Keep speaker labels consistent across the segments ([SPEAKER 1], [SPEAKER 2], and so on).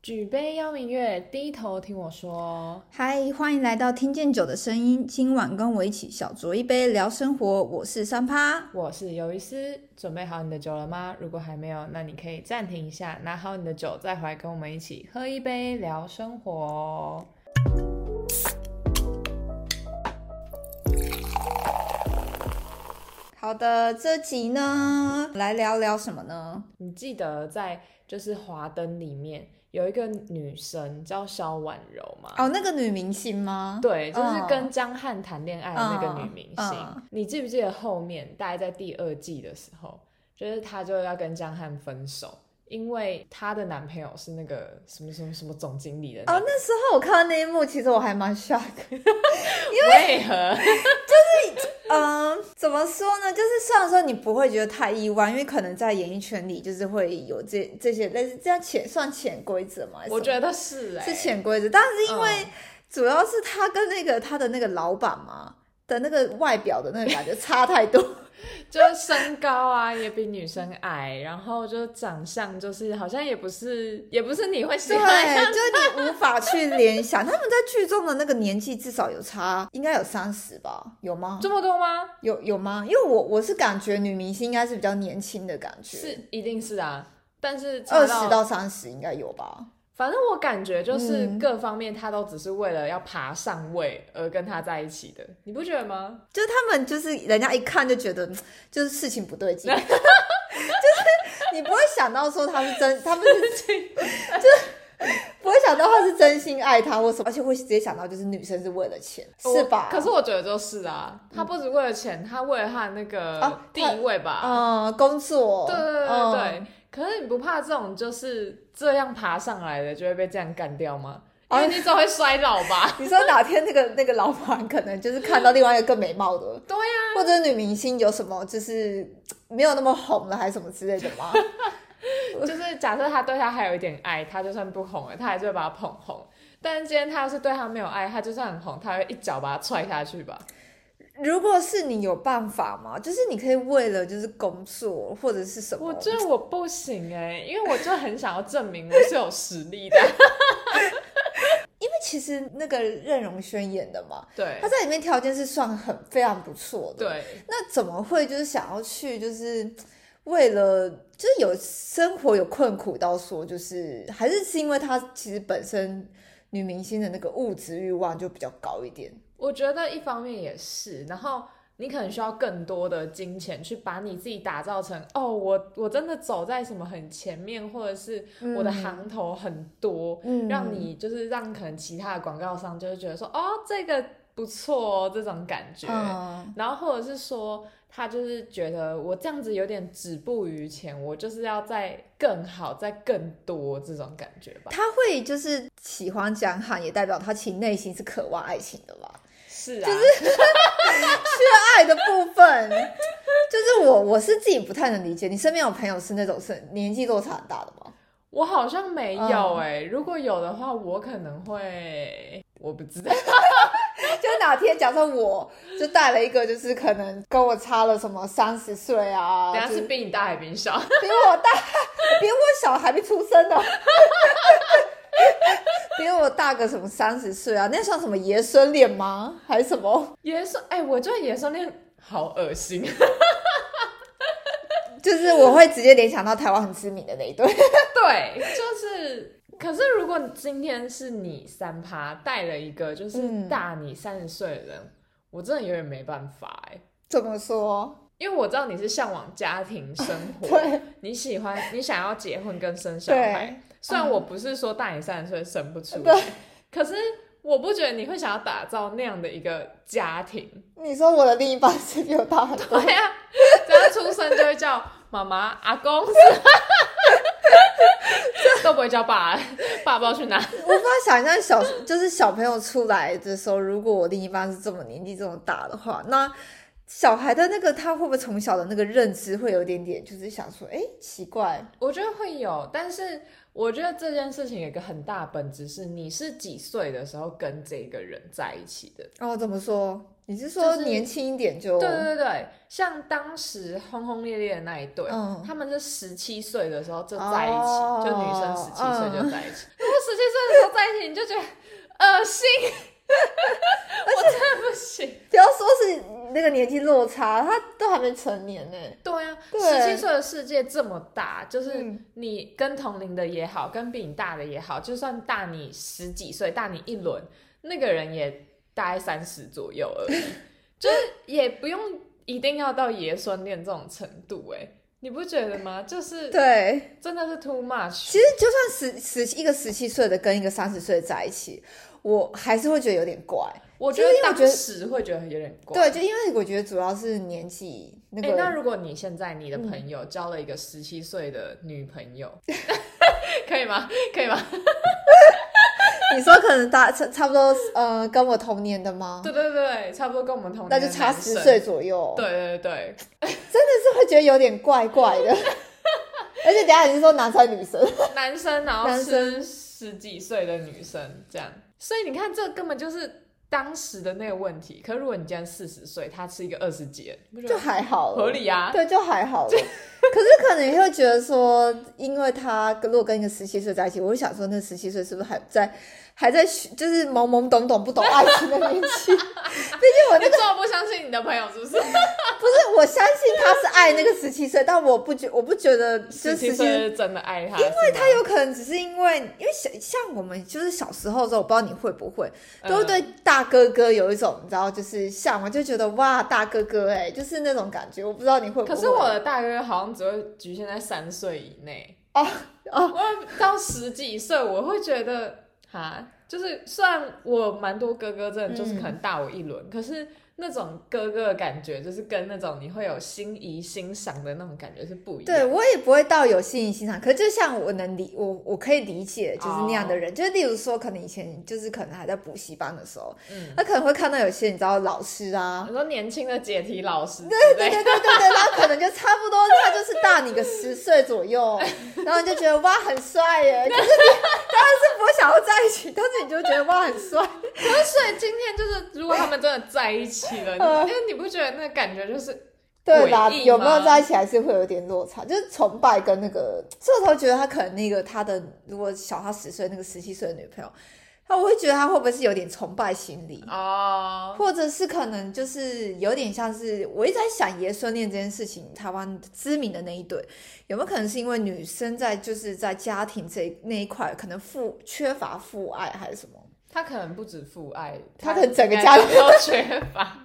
[SPEAKER 1] 举杯邀明月，低头听我说。
[SPEAKER 2] 嗨，欢迎来到听见酒的声音。今晚跟我一起小酌一杯，聊生活。我是三趴。
[SPEAKER 1] 我是鱿鱼丝，准备好你的酒了吗？如果还没有，那你可以暂停一下，拿好你的酒，再回来跟我们一起喝一杯，聊生活。
[SPEAKER 2] 好的，这集呢，来聊聊什么呢？
[SPEAKER 1] 你记得在就是华灯里面有一个女生叫萧婉柔 吗？
[SPEAKER 2] 哦，那个女明星吗？
[SPEAKER 1] 对，就是
[SPEAKER 2] 嗯
[SPEAKER 1] 跟张翰谈恋爱的那个女明星。
[SPEAKER 2] 嗯嗯
[SPEAKER 1] 你记不记得后面大概在第二季的时候，就是她就要跟张翰分手，因为她的男朋友是那个什么什么什么总经理的那
[SPEAKER 2] 哦，
[SPEAKER 1] 个。
[SPEAKER 2] 那时候我看到那一幕，其实我还蛮 shock。
[SPEAKER 1] 为何？
[SPEAKER 2] 嗯，怎么说呢？就是虽然说你不会觉得太意外，因为可能在演艺圈里就是会有这这些类似这样潜算潜规则嘛。还是
[SPEAKER 1] 我
[SPEAKER 2] 什么
[SPEAKER 1] 觉得是哎、
[SPEAKER 2] 是潜规则，但是因为
[SPEAKER 1] 嗯
[SPEAKER 2] 主要是他跟那个他的那个老板嘛的那个外表的那个感觉差太多。
[SPEAKER 1] 就是身高啊也比女生矮，然后就是长相就是好像也不是也不是你会喜
[SPEAKER 2] 对，
[SPEAKER 1] 欢的
[SPEAKER 2] 就是你无法去联想，他们在剧中的那个年纪至少有差，应该有三十吧？有吗？
[SPEAKER 1] 这么多吗？
[SPEAKER 2] 有有吗？因为我我是感觉女明星应该是比较年轻的感觉，
[SPEAKER 1] 是一定是啊，但是差
[SPEAKER 2] 二十到三十应该有吧？
[SPEAKER 1] 反正我感觉就是
[SPEAKER 2] 嗯
[SPEAKER 1] 各方面他都只是为了要爬上位而跟他在一起的，你不觉得吗？
[SPEAKER 2] 就是他们就是人家一看就觉得嗯就是事情不对 劲，就是你不会想到说他是真，他们是 不会想到他是真心爱他或什么，而且会直接想到就是女生是为了钱，是吧？嗯
[SPEAKER 1] 我可是我觉得就是啊，他不止为了钱，他为了他的那个
[SPEAKER 2] 啊
[SPEAKER 1] 地位吧。
[SPEAKER 2] 嗯，工作，
[SPEAKER 1] 对对对对对。
[SPEAKER 2] 嗯
[SPEAKER 1] 可是你不怕这种就是这样爬上来的就会被这样干掉吗？因
[SPEAKER 2] 啊
[SPEAKER 1] 为你总会衰老 吧？
[SPEAKER 2] 你说哪天那个那个老板可能就是看到另外一个更美貌的，
[SPEAKER 1] 对啊呀、
[SPEAKER 2] 或者女明星有什么就是没有那么红了，还是什么之类的吗？
[SPEAKER 1] 就是假设他对他还有一点爱，他就算不红了，他还是会把他捧红。但是今天他要是对他没有爱，他就算很红，他会一脚把他踹下去吧？
[SPEAKER 2] 如果是你有办法吗？就是你可以为了就是工作或者是什么，
[SPEAKER 1] 我觉得我不行哎、因为我就很想要证明我是有实力的。
[SPEAKER 2] 因为其实那个任容萱演的嘛，
[SPEAKER 1] 对
[SPEAKER 2] 她在里面条件是算很非常不错的，
[SPEAKER 1] 对，
[SPEAKER 2] 那怎么会就是想要去就是？为了就是有生活有困苦到说，就是还是是因为她其实本身女明星的那个物质欲望就比较高一点，
[SPEAKER 1] 我觉得一方面也是，然后你可能需要更多的金钱去把你自己打造成哦，我我真的走在什么很前面，或者是我的
[SPEAKER 2] 嗯
[SPEAKER 1] 行头很多，
[SPEAKER 2] 嗯
[SPEAKER 1] 让你就是让可能其他的广告商就会觉得说哦，这个不错哦，这种感觉。
[SPEAKER 2] 嗯
[SPEAKER 1] 然后或者是说，他就是觉得我这样子有点止步于前，我就是要再更好、再更多这种感觉吧。
[SPEAKER 2] 他会就是喜欢江汉，也代表他其实内心是渴望爱情的吧？
[SPEAKER 1] 是啊，就是
[SPEAKER 2] 爱的部分， 就是我我是自己不太能理解。你身边有朋友是那种是年纪落差很大的吗？
[SPEAKER 1] 我好像没有
[SPEAKER 2] 嗯
[SPEAKER 1] 哎、如果有的话，我可能会，我不知道。
[SPEAKER 2] 就哪天假设我就带了一个，就是可能跟我差了什么三十岁 啊，
[SPEAKER 1] 等下
[SPEAKER 2] 就是
[SPEAKER 1] 是比你大还比你小？
[SPEAKER 2] 比我大，比我小还没出生呢、 比我大个什么三十岁啊？那算什么爷孙恋吗？还是什么？
[SPEAKER 1] 野生哎、我觉得野生恋好恶 心。
[SPEAKER 2] 就是我会直接联想到台湾很知名的那一对。
[SPEAKER 1] 对，就是。可是，如果今天是你三趴带了一个就是
[SPEAKER 2] 嗯
[SPEAKER 1] 大你三十岁的人，我真的有点没办法哎、
[SPEAKER 2] 怎么说？
[SPEAKER 1] 因为我知道你是向往家庭生活，
[SPEAKER 2] 对
[SPEAKER 1] 你喜欢你想要结婚跟生小
[SPEAKER 2] 对
[SPEAKER 1] 孩。，虽然我不是说大你三十岁生不出来，
[SPEAKER 2] 对
[SPEAKER 1] 可是我不觉得你会想要打造那样的一个家庭。
[SPEAKER 2] 你说我的另一半是比我大很多，
[SPEAKER 1] 对呀、啊，只要出生就会叫妈妈、阿公， 都不会叫爸，爸不知道去哪。
[SPEAKER 2] 我无法想象小就是小朋友出来的时候，如果我另一半是这么年纪这么大的话，那小孩的那个他会不会从小的那个认知会有点点，就是想说，哎，奇怪，
[SPEAKER 1] 我觉得会有，但是我觉得这件事情有一个很大的本质是，你是几岁的时候跟这个人在一起的。
[SPEAKER 2] 哦，怎么说？你是说
[SPEAKER 1] 就是
[SPEAKER 2] 年轻一点就？
[SPEAKER 1] 对对对，像当时轰轰烈烈的那一对，
[SPEAKER 2] 嗯
[SPEAKER 1] 他们是十七岁的时候就在一起，
[SPEAKER 2] 哦嗯
[SPEAKER 1] 就女生十七岁就在一起。为在一起，你就觉得恶 心，我真的不行。
[SPEAKER 2] 不要说是那个年纪落差，他都还没成年呢、
[SPEAKER 1] 对啊，
[SPEAKER 2] 对
[SPEAKER 1] 十七岁的世界这么大，就是
[SPEAKER 2] 嗯
[SPEAKER 1] 你跟同龄的也好，跟比你大的也好，就算大你十几岁，大你一轮，那个人也大概三十左右而 已，就是也不用一定要到爷孙恋这种程度、哎，你不觉得吗？就是
[SPEAKER 2] 对，
[SPEAKER 1] 真的是 too much，
[SPEAKER 2] 其实就算十十一个十七岁的跟一个三十岁的在一起，我还是会觉得有点怪。
[SPEAKER 1] 我觉
[SPEAKER 2] 其实
[SPEAKER 1] 得
[SPEAKER 2] 因为我觉
[SPEAKER 1] 当
[SPEAKER 2] 得
[SPEAKER 1] 时会觉得有点怪。
[SPEAKER 2] 对，就因为我觉得主要是年纪那
[SPEAKER 1] 哎、
[SPEAKER 2] 个，
[SPEAKER 1] 那如果你现在你的朋
[SPEAKER 2] 嗯
[SPEAKER 1] 友交了一个十七岁的女朋 友，可以吗？可以吗？
[SPEAKER 2] 你说可能大差差不多呃跟我同年的吗？
[SPEAKER 1] 对对对，差不多跟我们同年，
[SPEAKER 2] 那就差十岁。左右，
[SPEAKER 1] 对对对，
[SPEAKER 2] 真的是会觉得有点怪怪 的。而且等一下你是说男生女生？
[SPEAKER 1] 男生然后
[SPEAKER 2] 男
[SPEAKER 1] 吃十几岁的女生这样，所以你看这根本就是当时的那个问题。可如果你今天四十岁，他吃一个二十几，你不觉
[SPEAKER 2] 就
[SPEAKER 1] 得
[SPEAKER 2] 还好了，
[SPEAKER 1] 合理啊？
[SPEAKER 2] 对，就还好了。 可是可能也会觉得说，因为他如果跟一个十七岁在一起，我会想说，那十七岁是不是还在还在学就是懵懵懂懂不懂爱情的 年纪？毕竟我那
[SPEAKER 1] 你这么不相信你的朋友是不是？
[SPEAKER 2] 不是我相信他是爱那个十七岁，但我不觉我不觉得就
[SPEAKER 1] 十
[SPEAKER 2] 是
[SPEAKER 1] 七
[SPEAKER 2] 十
[SPEAKER 1] 岁
[SPEAKER 2] 七。
[SPEAKER 1] 是嗯真的爱他，因为
[SPEAKER 2] 他有可能只是因为，因为小像我们就是小时候的时候，我不知道你会不会，
[SPEAKER 1] 嗯
[SPEAKER 2] 都会对大哥哥有一种你知道，就是向往，就觉得哇大哥哥哎、就是那种感觉。我不知道你会不 会。
[SPEAKER 1] 可是我的大哥好像只会局限在三岁以内
[SPEAKER 2] 哦哦
[SPEAKER 1] 我到十几岁我会觉得哈，就是虽然我蛮多哥哥真的就是可能大我一
[SPEAKER 2] 嗯
[SPEAKER 1] 轮，可是那种哥哥的感觉就是跟那种你会有心仪欣赏的那种感觉是不一样。
[SPEAKER 2] 对我也不会到有心仪欣赏，可是就像我能理我我可以理解，就是那样的
[SPEAKER 1] 哦
[SPEAKER 2] 人就是例如说，可能以前就是可能还在补习班的时候，
[SPEAKER 1] 嗯，
[SPEAKER 2] 他可能会看到有些你知道老师啊，
[SPEAKER 1] 你说年轻的解题老师之
[SPEAKER 2] 对
[SPEAKER 1] 类，
[SPEAKER 2] 对对对对，然后可能就差不 多，他就是大你个十岁左右，然后你就觉得哇很帅耶，可是你当然是不会想要在一起，但是你就觉得哇很帅，
[SPEAKER 1] 所以今天就是如果他们真的在一起 了，
[SPEAKER 2] 嗯
[SPEAKER 1] 你因为你不觉得那感觉就是
[SPEAKER 2] 对吧？
[SPEAKER 1] 诡异吗
[SPEAKER 2] 有没有在一起还是会有点落差，就是崇拜跟那个，所以我才会觉得他可能那个他的如果小他十岁那个十七岁的女朋友，他我会觉得他会不会是有点崇拜心理，
[SPEAKER 1] 哦，
[SPEAKER 2] 或者是可能就是有点像是我一直在想爷孙恋这件事情，台湾知名的那一对有没有可能是因为女生在就是在家庭这一那一块可能父缺乏父爱还是什么？
[SPEAKER 1] 他可能不止父爱，
[SPEAKER 2] 他可能整个家
[SPEAKER 1] 应该都缺乏。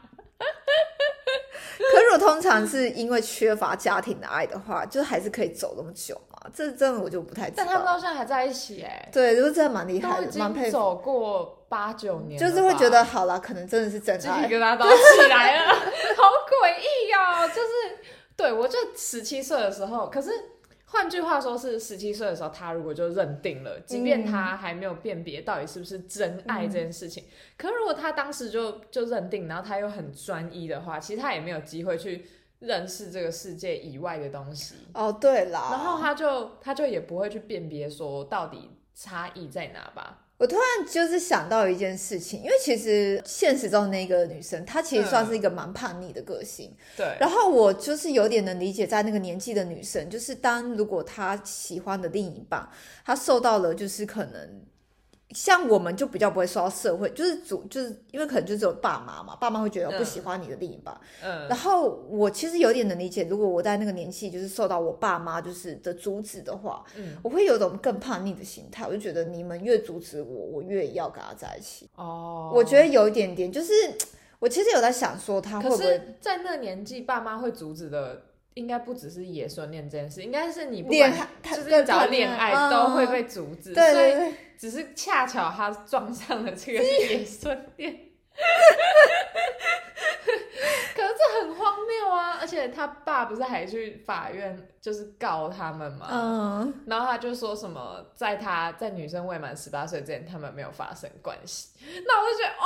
[SPEAKER 2] 可如果通常是因为缺乏家庭的爱的话，就是还是可以走那么久嘛？这真的我就不太知道。
[SPEAKER 1] 但他们到现在还在一起哎、
[SPEAKER 2] 对，就是真的蛮厉害
[SPEAKER 1] 都已
[SPEAKER 2] 的，蛮佩
[SPEAKER 1] 经
[SPEAKER 2] 服。
[SPEAKER 1] 走过八九年了
[SPEAKER 2] 就
[SPEAKER 1] 吧，
[SPEAKER 2] 是会觉得好啦，可能真的是真
[SPEAKER 1] 鸡皮
[SPEAKER 2] 爱。
[SPEAKER 1] 疙瘩都起来了， 好诡异哦！就是对我就十七岁的时候，可是换句话说是十七岁的时候，他如果就认定了，即便他还没有辨别到底是不是真爱这件事情，可如果他当时就就认定，然后他又很专一的话，其实他也没有机会去认识这个世界以外的东西。
[SPEAKER 2] 哦，对啦。
[SPEAKER 1] 然后他就他就也不会去辨别说到底差异在哪吧。
[SPEAKER 2] 我突然就是想到一件事情，因为其实现实中那个女生，她其实算是一个蛮叛逆的个性。
[SPEAKER 1] 对，
[SPEAKER 2] 然后我就是有点能理解，在那个年纪的女生，就是当如果她喜欢的另一半，她受到了就是可能。像我们就比较不会受到社会，就是主，就是因为可能就只有爸妈嘛，爸妈会觉得
[SPEAKER 1] 嗯
[SPEAKER 2] 不喜欢你的另一半，
[SPEAKER 1] 嗯，
[SPEAKER 2] 然后我其实有点能理解，如果我在那个年纪，就是受到我爸妈就是的阻止的话，
[SPEAKER 1] 嗯
[SPEAKER 2] 我会有种更叛逆的心态。我就觉得你们越阻止我，我越要跟他在一起。
[SPEAKER 1] 哦，
[SPEAKER 2] 我觉得有一点点，就是我其实有在想说他会
[SPEAKER 1] 可
[SPEAKER 2] 不会
[SPEAKER 1] 是，在那年纪，爸妈会阻止的，应该不只是爷孙恋这件事，应该是你不
[SPEAKER 2] 恋
[SPEAKER 1] 管
[SPEAKER 2] 爱，
[SPEAKER 1] 就
[SPEAKER 2] 对
[SPEAKER 1] 是找恋爱都会。被阻止，
[SPEAKER 2] 嗯对对
[SPEAKER 1] 所以
[SPEAKER 2] 对，
[SPEAKER 1] 只是恰巧他撞上了这个爷孙恋。 可是这很荒谬啊！而且他爸不是还去法院就是告他们吗？
[SPEAKER 2] 嗯，
[SPEAKER 1] 然后他就说什么，在他在女生未满十八岁之前，他们没有发生关系。那我就觉得，哦，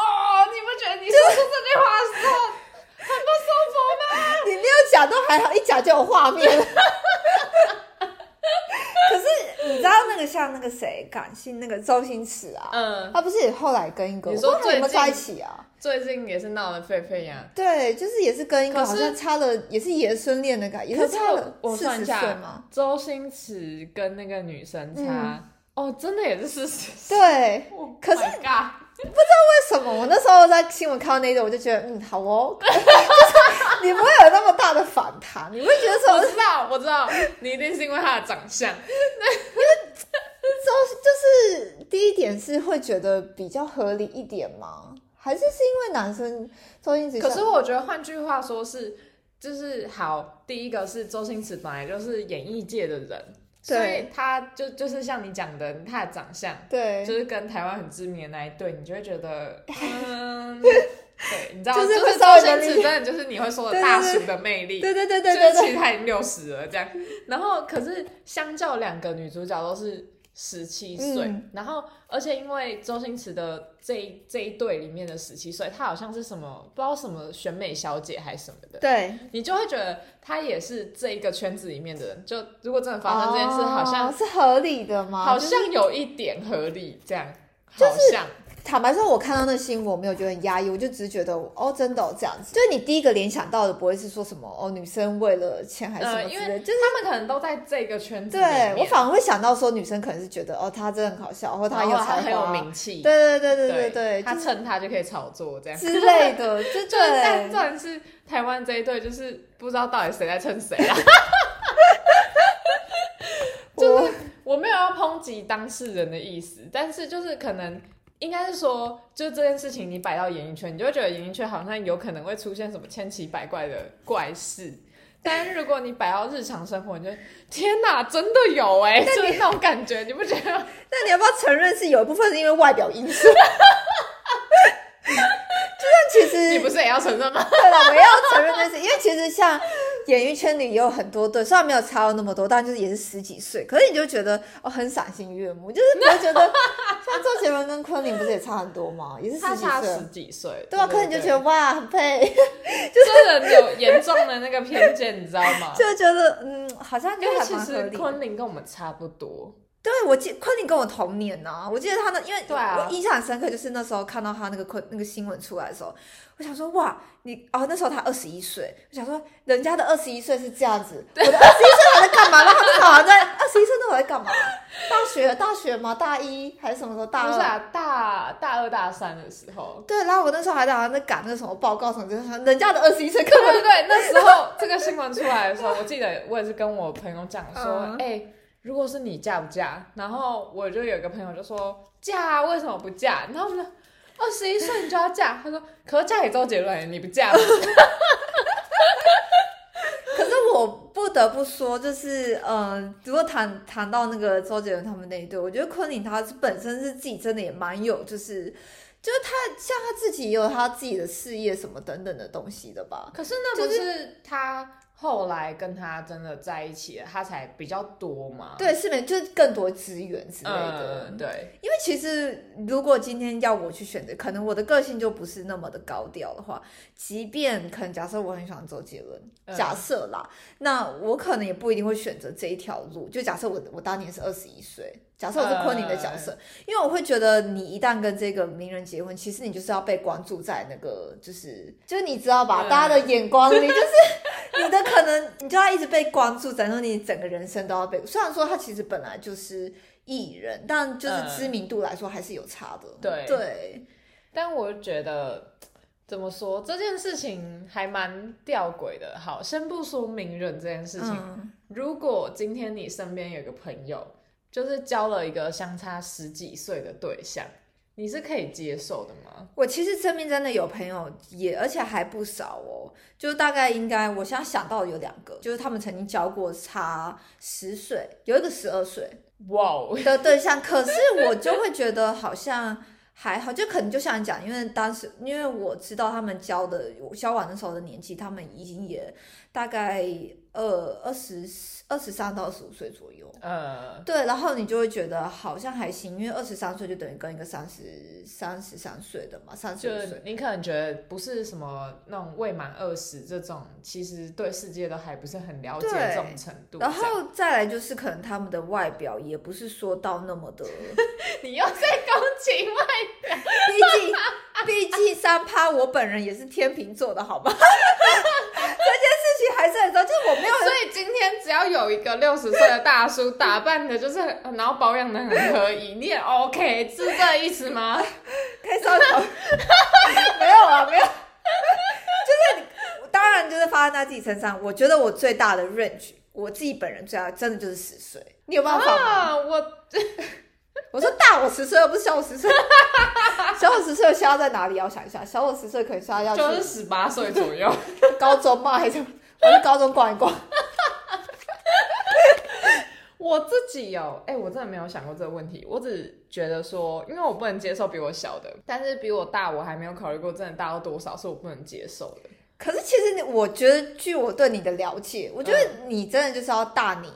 [SPEAKER 1] 你不觉得你说出这句话的时候很不舒服吗？
[SPEAKER 2] 你没有讲都还好，一讲就有画面了。 可是你知道那个像那个谁，感性那个周星驰啊，
[SPEAKER 1] 嗯，
[SPEAKER 2] 他不是也后来跟一个，
[SPEAKER 1] 你说
[SPEAKER 2] 我忘了有没有
[SPEAKER 1] 最近
[SPEAKER 2] 在一起啊？
[SPEAKER 1] 最近也是闹得沸沸扬。
[SPEAKER 2] 对，就是也是跟一个
[SPEAKER 1] 可
[SPEAKER 2] 好
[SPEAKER 1] 是
[SPEAKER 2] 像差了，也是爷孙恋的感觉，也
[SPEAKER 1] 可是
[SPEAKER 2] 差了
[SPEAKER 1] 我
[SPEAKER 2] 四
[SPEAKER 1] 算
[SPEAKER 2] 十
[SPEAKER 1] 一
[SPEAKER 2] 岁嘛
[SPEAKER 1] 下。，周星驰跟那个女生差、哦，真的也是事实。
[SPEAKER 2] 对，
[SPEAKER 1] 哦
[SPEAKER 2] 可是
[SPEAKER 1] my God
[SPEAKER 2] 为什么我那时候在新闻看到那一段，我就觉得嗯，好哦， 就是你不会有那么大的反弹，你会觉得说
[SPEAKER 1] 我知道，我知道，你一定是因为他的长相。
[SPEAKER 2] 就就是第一点是会觉得比较合理一点吗？还是是因为男生周星驰像？
[SPEAKER 1] 可是我觉得，换句话说是，就是好，第一个是周星驰本来就是演艺界的人，所以
[SPEAKER 2] 对
[SPEAKER 1] 他就就是像你讲的，他的长相
[SPEAKER 2] 对，
[SPEAKER 1] 就是跟台湾很知名的那一对，你就会觉 得，嗯，对，你知道，
[SPEAKER 2] 就是
[SPEAKER 1] 就
[SPEAKER 2] 会
[SPEAKER 1] 是
[SPEAKER 2] 稍微
[SPEAKER 1] 周星
[SPEAKER 2] 能
[SPEAKER 1] 驰
[SPEAKER 2] 理
[SPEAKER 1] 真的就是你会说的
[SPEAKER 2] 对对
[SPEAKER 1] 大
[SPEAKER 2] 对
[SPEAKER 1] 叔的魅力，
[SPEAKER 2] 对对对
[SPEAKER 1] 就
[SPEAKER 2] 对对
[SPEAKER 1] 是其
[SPEAKER 2] 对，
[SPEAKER 1] 实他已经六十了这样。然后可是相较两个女主角都是十七岁，
[SPEAKER 2] 嗯
[SPEAKER 1] 然后而且因为周星驰的这一这一对里面的十七岁，她好像是什么不知道什么选美小姐还是什么的，
[SPEAKER 2] 对，
[SPEAKER 1] 你就会觉得她也是这一个圈子里面的人。就如果真的发生这件事，好像
[SPEAKER 2] 哦是合理的吗？
[SPEAKER 1] 好
[SPEAKER 2] 就是
[SPEAKER 1] 像有一点合理这样。
[SPEAKER 2] 就
[SPEAKER 1] 好
[SPEAKER 2] 是
[SPEAKER 1] 像
[SPEAKER 2] 坦白说，我看到那新闻，我没有觉得很压抑，我就只是觉得哦，真的、哦、这样子。就是你第一个联想到的不会是说什么哦，女生为了钱还是什么
[SPEAKER 1] 呃，
[SPEAKER 2] 之
[SPEAKER 1] 因
[SPEAKER 2] 类
[SPEAKER 1] 为
[SPEAKER 2] 的，就是。
[SPEAKER 1] 他们可能都在这个圈子里
[SPEAKER 2] 对
[SPEAKER 1] 面，
[SPEAKER 2] 我反而会想到说，女生可能是觉得哦，她真的很好笑，或
[SPEAKER 1] 然
[SPEAKER 2] 她很
[SPEAKER 1] 后
[SPEAKER 2] 有
[SPEAKER 1] 他
[SPEAKER 2] 才
[SPEAKER 1] 哦很有
[SPEAKER 2] 华，
[SPEAKER 1] 名气，
[SPEAKER 2] 对对对对对对，
[SPEAKER 1] 他
[SPEAKER 2] 就是
[SPEAKER 1] 趁他就可以炒作这样。
[SPEAKER 2] 之类的，欸就
[SPEAKER 1] 就是但
[SPEAKER 2] 对，
[SPEAKER 1] 算是台湾这一队，就是不知道到底谁在蹭谁啊啦。
[SPEAKER 2] 我
[SPEAKER 1] 我没有要抨击当事人的意思，但是就是可能应该是说，就是这件事情你摆到演艺圈，你就会觉得演艺圈好像有可能会出现什么千奇百怪的怪事。但是如果你摆到日常生活，你就天哪，真的有哎、就是那种感觉，你不觉得？
[SPEAKER 2] 那你要不要承认是有一部分是因为外表因素？ 就像其实
[SPEAKER 1] 你不是也要承认吗？
[SPEAKER 2] 对了，我要承认就是，因为其实像演艺圈里也有很多对，虽然没有差到那么多，但就是也是十几岁，可是你就觉得哦很赏心悦目，就是你会觉 得像周杰伦跟昆凌不是也差很多吗？也是十
[SPEAKER 1] 他
[SPEAKER 2] 几
[SPEAKER 1] 差十
[SPEAKER 2] 岁，
[SPEAKER 1] 几岁，
[SPEAKER 2] 对啊，可是你就觉得哇很配，
[SPEAKER 1] 这人有严重的那个偏见，你知道 吗？
[SPEAKER 2] 就觉得嗯好像
[SPEAKER 1] 因
[SPEAKER 2] 就
[SPEAKER 1] 为
[SPEAKER 2] 还
[SPEAKER 1] 其
[SPEAKER 2] 蛮合
[SPEAKER 1] 实
[SPEAKER 2] 理的。
[SPEAKER 1] 昆凌跟我们差不多，
[SPEAKER 2] 对，我记昆凌跟我同年呐、我记得他的，因为
[SPEAKER 1] 对啊
[SPEAKER 2] 我印象很深刻，就是那时候看到他那个昆那个新闻出来的时候，我想说哇，你哦那时候他二十一岁，我想说人家的二十一岁是这样子，我的二十一岁还在干嘛？然后他好在二十一岁那我在干嘛？大学大学吗？大一还是什么时候？大
[SPEAKER 1] 不
[SPEAKER 2] 二？
[SPEAKER 1] 是啊，大大二大三的时 候，
[SPEAKER 2] 对，然后我那时候还在好像在赶那个什么报告什么的，就是人家的二十一岁根
[SPEAKER 1] 对对
[SPEAKER 2] 本
[SPEAKER 1] 对，那时候这个新闻出来的时候，我记得我也是跟我朋友讲说，哎、
[SPEAKER 2] 嗯
[SPEAKER 1] 如果是你嫁不嫁？然后我就有一个朋友就说嫁啊，为什么不嫁？然后我就说二十一岁你就要嫁，他说可是嫁给周杰伦，你不嫁吗？
[SPEAKER 2] 可是我不得不说，就是嗯、呃如果谈谈到那个周杰伦他们那一对，我觉得昆凌她是本身是自己真的也蛮有，就是就是她像她自己也有她自己的事业什么等等的东西的吧。
[SPEAKER 1] 可是那 不是他后来跟他真的在一起了，他才比较多嘛？
[SPEAKER 2] 对，是没，就是更多资源之类的。
[SPEAKER 1] 嗯，对，
[SPEAKER 2] 因为其实如果今天要我去选择，可能我的个性就不是那么的高调的话，即便可能假设我很喜欢周杰伦，
[SPEAKER 1] 嗯
[SPEAKER 2] 假设啦，那我可能也不一定会选择这一条路。就假设我我当年是二十一岁，假设我是昆凌的角
[SPEAKER 1] 嗯
[SPEAKER 2] 色，因为我会觉得你一旦跟这个名人结婚，其实你就是要被关注在那个，就是就是你知道吧，
[SPEAKER 1] 嗯
[SPEAKER 2] 大家的眼光里，就是你的可能你就要一直被关注，然后你整个人生都要被。虽然说他其实本来就是艺人，但就是
[SPEAKER 1] 嗯
[SPEAKER 2] 知名度来说还是有差的。
[SPEAKER 1] 对
[SPEAKER 2] 对，
[SPEAKER 1] 但我觉得怎么说这件事情还蛮吊诡的。好，先不说名人这件事情，
[SPEAKER 2] 嗯，
[SPEAKER 1] 如果今天你身边有个朋友，就是交了一个相差十几岁的对象，你是可以接受的吗？
[SPEAKER 2] 我其实身边真的有朋友也，而且还不少哦。就大概应该，我现在想到有两个，就是他们曾经交过差十岁，有一个十二岁，
[SPEAKER 1] 哇哦，
[SPEAKER 2] 的对象，可是我就会觉得好像还好，就可能就像你讲，因为当时因为我知道他们交的我交往的时候的年纪，他们已经也大概二二十二十三到二十五岁左右。
[SPEAKER 1] 呃，
[SPEAKER 2] 对，然后你就会觉得好像还行，因为二十三岁就等于跟一个三十三十三岁的嘛，三十
[SPEAKER 1] 就
[SPEAKER 2] 五
[SPEAKER 1] 是
[SPEAKER 2] 岁。
[SPEAKER 1] 你可能觉得不是什么那种未满二十这种，其实对世界都还不是很了解
[SPEAKER 2] 对
[SPEAKER 1] 这种程度。
[SPEAKER 2] 然
[SPEAKER 1] 这样
[SPEAKER 2] 后再来就是可能他们的外表也不是说到那么的，
[SPEAKER 1] 你又在攻击吗？
[SPEAKER 2] 毕竟毕 竟三趴，我本人也是天秤座的，好吧？这件事情还是很重要，就是我 没有
[SPEAKER 1] 所以今天只要有一个六十岁的大叔打扮的，就是很然后保养的很可以，你也 OK，是这意思吗？
[SPEAKER 2] 开烧烤， 没有啊，没有，就是你当然就是发生在自己身上。我觉得我最大的 range，我自己本人最大的真的就是十岁，你有办法吗？
[SPEAKER 1] 啊，我
[SPEAKER 2] 我说大我十岁，又不是小我 十岁，小我十岁的瞎在哪里啊？我想一下，小我十岁可能瞎要
[SPEAKER 1] 就
[SPEAKER 2] 去
[SPEAKER 1] 是十八岁左右，
[SPEAKER 2] 高中嘛，还是我去高中逛一逛？
[SPEAKER 1] 我自己有，哎、我真的没有想过这个问题，我只觉得说，因为我不能接受比我小的，但是比我大，我还没有考虑过真的大到多少是我不能接受的。
[SPEAKER 2] 可是其实你，我觉得据我对你的了解，我觉得你真的就是要大你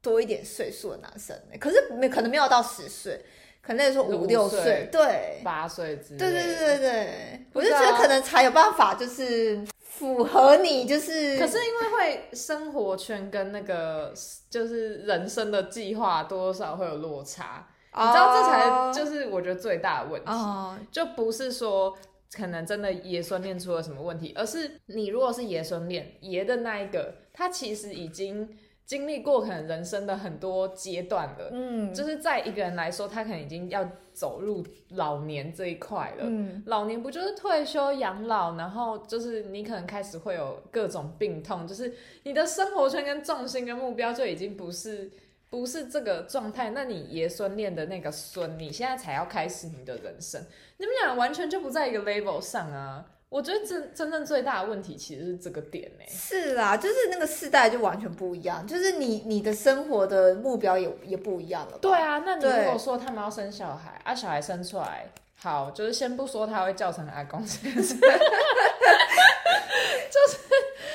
[SPEAKER 2] 多一点岁数的男生、欸可是没可能没有到十岁，可能那时候
[SPEAKER 1] 嗯
[SPEAKER 2] 五
[SPEAKER 1] 五
[SPEAKER 2] 六
[SPEAKER 1] 岁
[SPEAKER 2] 岁，对，
[SPEAKER 1] 八岁之类
[SPEAKER 2] 对
[SPEAKER 1] 的
[SPEAKER 2] 对对对对，
[SPEAKER 1] 不
[SPEAKER 2] 我就
[SPEAKER 1] 知
[SPEAKER 2] 觉
[SPEAKER 1] 道
[SPEAKER 2] 得可能才有办法就是符合你，就是
[SPEAKER 1] 可是因为会生活圈跟那个就是人生的计划多少会有落差，
[SPEAKER 2] 哦
[SPEAKER 1] 你知道这才就是我觉得最大的问题，
[SPEAKER 2] 哦
[SPEAKER 1] 就不是说可能真的爷孙恋出了什么问题，而是你如果是爷孙恋，爷的那一个他其实已经经历过可能人生的很多阶段了。
[SPEAKER 2] 嗯
[SPEAKER 1] 就是在一个人来说，他可能已经要走入老年这一块了。
[SPEAKER 2] 嗯
[SPEAKER 1] 老年不就是退休养老，然后就是你可能开始会有各种病痛，就是你的生活圈跟重心跟目标就已经不是不是这个状态。那你爷孙恋的那个孙，你现在才要开始你的人生，你们俩完全就不在一个 level 上啊！我觉得真真正最大的问题其实是这个点欸呢、
[SPEAKER 2] 是啦，就是那个世代就完全不一样，就是你你的生活的目标也也不一样了吧。
[SPEAKER 1] 对啊，那你
[SPEAKER 2] 对
[SPEAKER 1] 如果说他们要生小孩，啊，小孩生出来，好，就是先不说他会叫成阿公先生，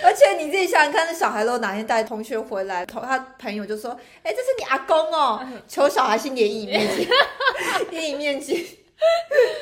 [SPEAKER 2] 而且你自己想想看，那小孩如果哪天带同学回来，同他朋友就说：“哎、这是你阿公哦，求小孩先联谊面 积，联谊面积。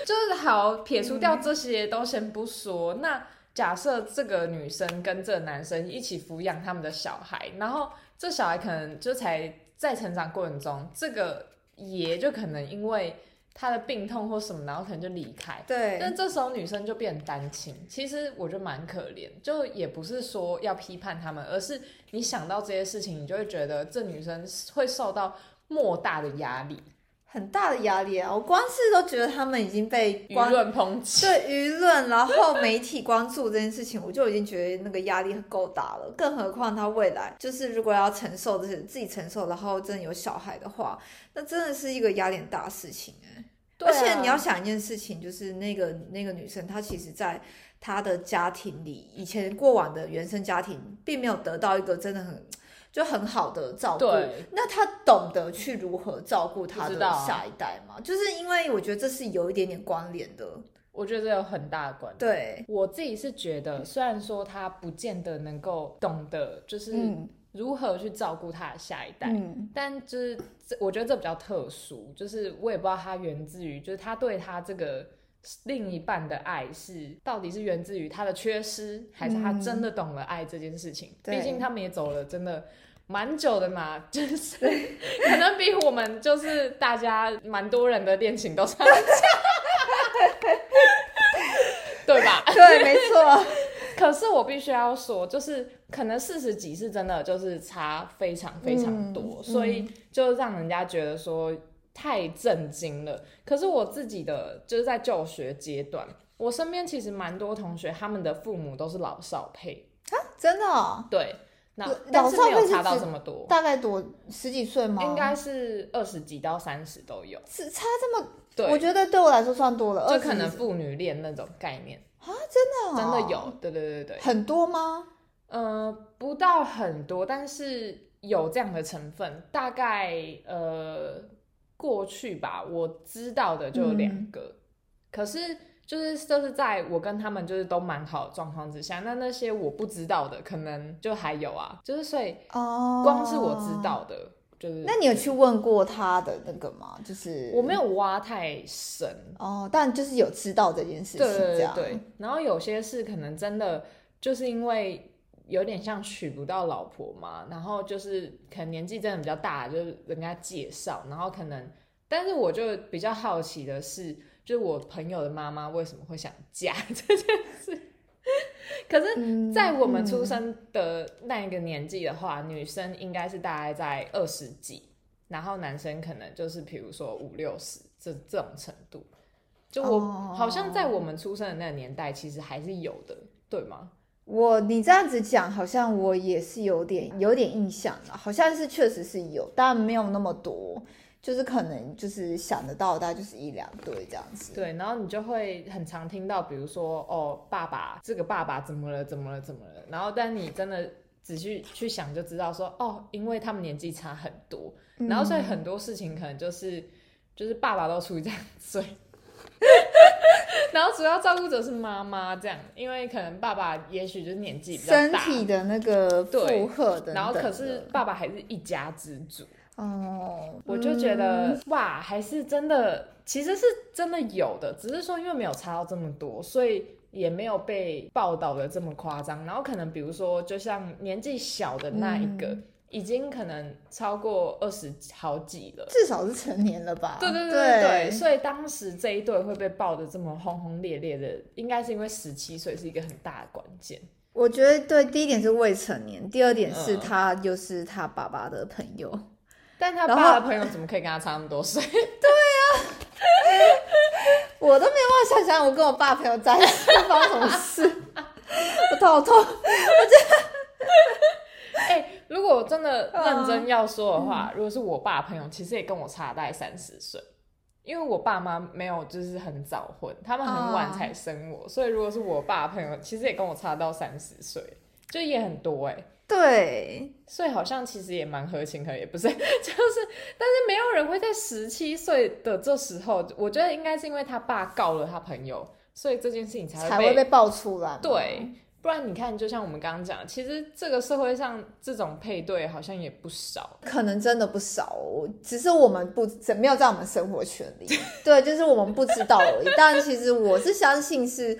[SPEAKER 1] 就是好撇除掉这些都先不说，那假设这个女生跟这个男生一起抚养他们的小孩，然后这小孩可能就才在成长过程中，这个爷就可能因为他的病痛或什么，然后可能就离开”。
[SPEAKER 2] 对，
[SPEAKER 1] 但这时候女生就变单亲，其实我觉得蛮可怜，就也不是说要批判他们，而是你想到这些事情，你就会觉得这女生会受到莫大的压力，
[SPEAKER 2] 很大的压力啊！我光是都觉得他们已经被
[SPEAKER 1] 舆
[SPEAKER 2] 关
[SPEAKER 1] 论抨击。
[SPEAKER 2] 对舆论，然后媒体关注这件事情，我就已经觉得那个压力很够大了。更何况他未来就是如果要承受这些自己承受，然后真的有小孩的话，那真的是一个压力很大的事情哎、
[SPEAKER 1] 对啊
[SPEAKER 2] 而且你要想一件事情，就是那个那个女生，她其实在她的家庭里，以前过往的原生家庭并没有得到一个真的很就很好的照顾。
[SPEAKER 1] 对
[SPEAKER 2] 那她懂得去如何照顾她
[SPEAKER 1] 不
[SPEAKER 2] 的
[SPEAKER 1] 知道啊
[SPEAKER 2] 下一代吗？就是因为我觉得这是有一点点关联的。
[SPEAKER 1] 我觉得这有很大的关系。
[SPEAKER 2] 对，
[SPEAKER 1] 我自己是觉得，虽然说他不见得能够懂得就是
[SPEAKER 2] 嗯
[SPEAKER 1] 如何去照顾他的下一代，
[SPEAKER 2] 嗯，
[SPEAKER 1] 但就是这我觉得这比较特殊，就是我也不知道它源自于，就是他对他这个另一半的爱是到底是源自于他的缺失，还是他真的懂了爱这件事情？
[SPEAKER 2] 嗯对
[SPEAKER 1] 毕竟他们也走了真的蛮久的 嘛，就是可能比我们就是大家蛮多人的恋情都上下， 对吧？
[SPEAKER 2] 对，没错，
[SPEAKER 1] 可是我必须要说，就是可能四十几是真的就是差非常非常多，
[SPEAKER 2] 嗯
[SPEAKER 1] 所以就让人家觉得说太震惊了。可是我自己的就是在就学阶段，我身边其实蛮多同学，他们的父母都是老少配，
[SPEAKER 2] 真的哦、
[SPEAKER 1] 对，那
[SPEAKER 2] 老
[SPEAKER 1] 但是没
[SPEAKER 2] 老少配
[SPEAKER 1] 有
[SPEAKER 2] 是
[SPEAKER 1] 差到
[SPEAKER 2] 指
[SPEAKER 1] 这么多，
[SPEAKER 2] 大概多十几岁吗？
[SPEAKER 1] 应该是二十几到三十都有，
[SPEAKER 2] 是差这么，
[SPEAKER 1] 对，
[SPEAKER 2] 我觉得对我来说算多了，
[SPEAKER 1] 就
[SPEAKER 2] 20
[SPEAKER 1] 可能父女恋那种概念，
[SPEAKER 2] 真的
[SPEAKER 1] 真
[SPEAKER 2] 哦、
[SPEAKER 1] 的有，对对对对对。
[SPEAKER 2] 很多吗？
[SPEAKER 1] 呃，不到很多，但是有这样的成分。大概呃，过去吧，我知道的就有
[SPEAKER 2] 嗯
[SPEAKER 1] 两个。可是就是这是在我跟他们就是都蛮好的状况之下，那那些我不知道的，可能就还有啊，就是所以
[SPEAKER 2] 哦，
[SPEAKER 1] 光是我知。道的，就是
[SPEAKER 2] 那你有去问过他的那个吗？就是
[SPEAKER 1] 我没有挖太深，
[SPEAKER 2] 哦，但就是有知道这件事情，
[SPEAKER 1] 对对
[SPEAKER 2] 这
[SPEAKER 1] 对
[SPEAKER 2] 样
[SPEAKER 1] 对，然后有些是可能真的就是因为有点像娶不到老婆嘛，然后就是可能年纪真的比较大，就是人家介绍，然后可能，但是我就比较好奇 的是，就是我朋友的妈妈为什么会想嫁这件事。 可
[SPEAKER 2] 嗯
[SPEAKER 1] 是，在我们出生的那一个年纪的话，女生应该是大概在二十几，然后男生可能就是比如说五六十这这种程度。就我、
[SPEAKER 2] 哦
[SPEAKER 1] 好像在我们出生的那个年代，其实还是有的，对吗？
[SPEAKER 2] 我你这样子讲，好像我也是有点有点印象了，好像是确实是有，但没有那么多，就是可能就是想得到，大概就是一两对这样子。
[SPEAKER 1] 对，然后你就会很常听到，比如说哦，爸爸这个爸爸怎么了，怎么了，怎么了。然后，但你真的仔细去想，就知道说哦，因为他们年纪差很多，然后所以
[SPEAKER 2] 嗯
[SPEAKER 1] 很多事情可能就是就是爸爸都出这样嘴， 然后主要照顾者是妈妈这样，因为可能爸爸也许就是年纪比较
[SPEAKER 2] 身
[SPEAKER 1] 大，
[SPEAKER 2] 体的那个
[SPEAKER 1] 对
[SPEAKER 2] 负荷等等的，
[SPEAKER 1] 然后可是爸爸还是一家之主。
[SPEAKER 2] 哦，
[SPEAKER 1] 我就觉得、
[SPEAKER 2] 嗯
[SPEAKER 1] 哇，还是真的，其实是真的有的，只是说因为没有查到这么多，所以也没有被报道的这么夸张。然后可能比如说，就像年纪小的那一个，
[SPEAKER 2] 嗯
[SPEAKER 1] 已经可能超过二十好几了。
[SPEAKER 2] 至少是成年了吧？
[SPEAKER 1] 对对
[SPEAKER 2] 啊对
[SPEAKER 1] 对对，所以当时这一对会被爆的这么轰轰烈烈的，应该是因为十七岁是一个很大的关键。
[SPEAKER 2] 我觉得对，第一点是未成年，第二点是
[SPEAKER 1] 嗯
[SPEAKER 2] 他又是他爸爸的朋友，
[SPEAKER 1] 但他
[SPEAKER 2] 然后
[SPEAKER 1] 爸的朋友怎么可以跟他差那么多岁？
[SPEAKER 2] 我都没办法想象我跟我爸朋友在一起 会发生什么事， 我头好痛。
[SPEAKER 1] 哎、如果真的认真要说的话，如果是我爸朋友，其实也跟我差大概三十岁，因为我爸妈没有就是很早婚，他们很晚才生我，所以如果是我爸朋友，其实也跟我差到三十岁，就也很多哎、
[SPEAKER 2] 对，
[SPEAKER 1] 所以好像其实也蛮合情合理，不是？就是，但是没有人会在十七岁的这时候，我觉得应该是因为他爸告了他朋友，所以这件事情才
[SPEAKER 2] 才
[SPEAKER 1] 会
[SPEAKER 2] 会
[SPEAKER 1] 被
[SPEAKER 2] 被爆出来。
[SPEAKER 1] 对，不然你看，就像我们刚刚讲，其实这个社会上这种配对好像也不少。
[SPEAKER 2] 可能真的不少哦，只是我们不没有在我们生活圈里， 对，就是我们不知道而已。但其实我是相信是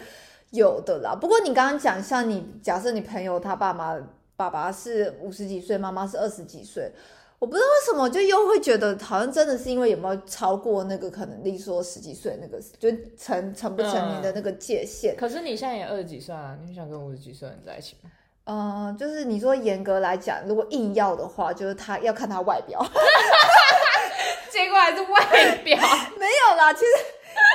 [SPEAKER 2] 有的啦。不过你刚刚讲，像你假设你朋友他爸妈爸爸是五十几岁，妈妈是二十几岁，我不知道为什么就又会觉得好像真的是因为有没有超过那个可能，例如说十几岁那个就 成成不成年的那个界限。
[SPEAKER 1] 可是你现在也二十几岁啊，你想跟五十几岁的人在一起吗？
[SPEAKER 2] 嗯、就是你说严格来讲，如果硬要的话，就是他要看他外表。
[SPEAKER 1] 结果还是外表，
[SPEAKER 2] 没有啦，其实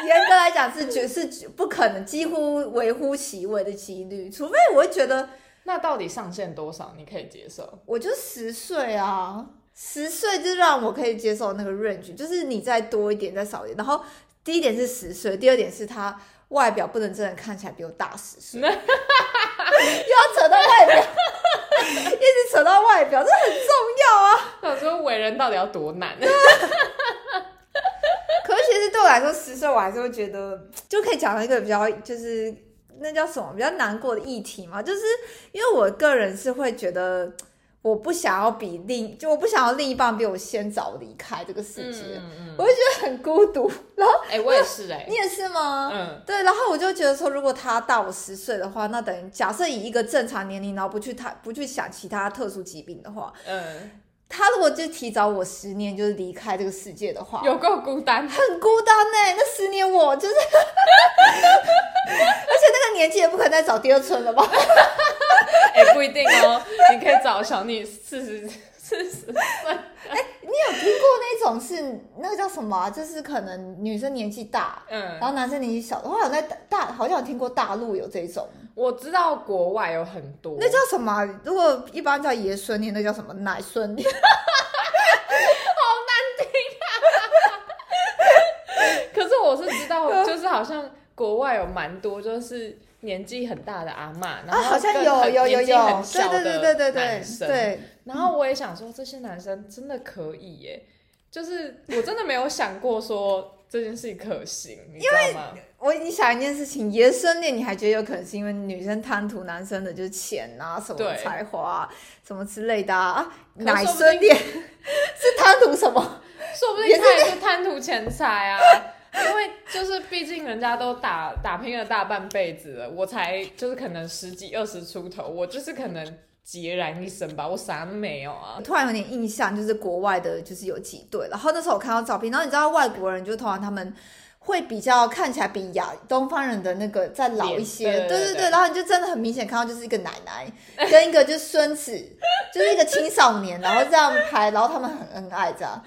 [SPEAKER 2] 严格来讲是绝是不可能，几乎微乎其微的几率，除非我会觉得
[SPEAKER 1] 那到底上限多少你可以接受？
[SPEAKER 2] 我就十岁啊，十岁就让我可以接受那个 range，就是你再多一点，再少一点。然后第一点是十岁，第二点是他外表不能真的看起来比我大十岁，又要扯到外表， 一直扯到外表，这很重要啊。
[SPEAKER 1] 想说为人到底要多难？
[SPEAKER 2] 可是其实对我来说，十岁我还是会觉得，就可以讲到一个比较就是那叫什么比较难过的议题嘛，就是因为我个人是会觉得。我不想要比另，就我不想要另一半比我先早离开这 个世界，
[SPEAKER 1] 嗯嗯，
[SPEAKER 2] 我会觉得很孤独。然后
[SPEAKER 1] 哎、我也是哎、
[SPEAKER 2] 你也是吗？
[SPEAKER 1] 嗯，
[SPEAKER 2] 对，然后我就觉得说，如果他大我十岁的话，那等于假设以一个正常年龄，然后不去他不去想其他特殊疾病的话，
[SPEAKER 1] 嗯，
[SPEAKER 2] 他如果就提早我十年就是离开这个世界的话，
[SPEAKER 1] 有够孤单。
[SPEAKER 2] 很孤单呢、那十年我就是， 而且那个年纪也不可能再找第二春了吧？
[SPEAKER 1] 哎、不一定哦，你可以找小你四十四十岁。
[SPEAKER 2] 你有听过那种是那个叫什么啊、就是可能女生年纪大，然
[SPEAKER 1] 嗯，
[SPEAKER 2] 后男生年纪小的，好像在大好像有听过大陆有这种，
[SPEAKER 1] 我知道国外有很多，
[SPEAKER 2] 那叫什么啊、如果一般叫爷孙恋，那叫什么奶孙恋？
[SPEAKER 1] 可是我是知道， 就是好像国外有蛮多，就是年纪很大的阿嬷，然后
[SPEAKER 2] 啊，好像
[SPEAKER 1] 跟
[SPEAKER 2] 有
[SPEAKER 1] 很
[SPEAKER 2] 有有
[SPEAKER 1] 年纪
[SPEAKER 2] 有，
[SPEAKER 1] 很
[SPEAKER 2] 对
[SPEAKER 1] 小的
[SPEAKER 2] 对对对对
[SPEAKER 1] 男
[SPEAKER 2] 对
[SPEAKER 1] 生。
[SPEAKER 2] 对，
[SPEAKER 1] 然后我也想说，这些男生真的可以耶，就是我真的没有想过说这件事情可行，你知道吗？
[SPEAKER 2] 我已经想一件事情，爷孙恋你还觉得有可能是因为女生贪图男生的就是钱啊，什么
[SPEAKER 1] 对
[SPEAKER 2] 才华啊，什么之类的啊？啊
[SPEAKER 1] 可
[SPEAKER 2] 奶
[SPEAKER 1] 说不
[SPEAKER 2] 孙恋是贪图什么？
[SPEAKER 1] 说不定他也是贪图钱财啊。因为就是，毕竟人家都打打拼了大半辈子了，我才就是可能十几二十出头，我就是可能孑然一身吧，我啥都没有啊
[SPEAKER 2] 我。突然有点印象，就是国外的，就是有几对，然后那时候我看到照片，然后你知道外国人就通常他们。会比较看起来比亚东方人的那个再老一些，
[SPEAKER 1] 脸对
[SPEAKER 2] 对
[SPEAKER 1] 对对
[SPEAKER 2] 然后你就真的很明显看到就是一个奶奶 跟一个就是孙子，就是一个青少年，然后这样拍，然后他们很恩爱这样。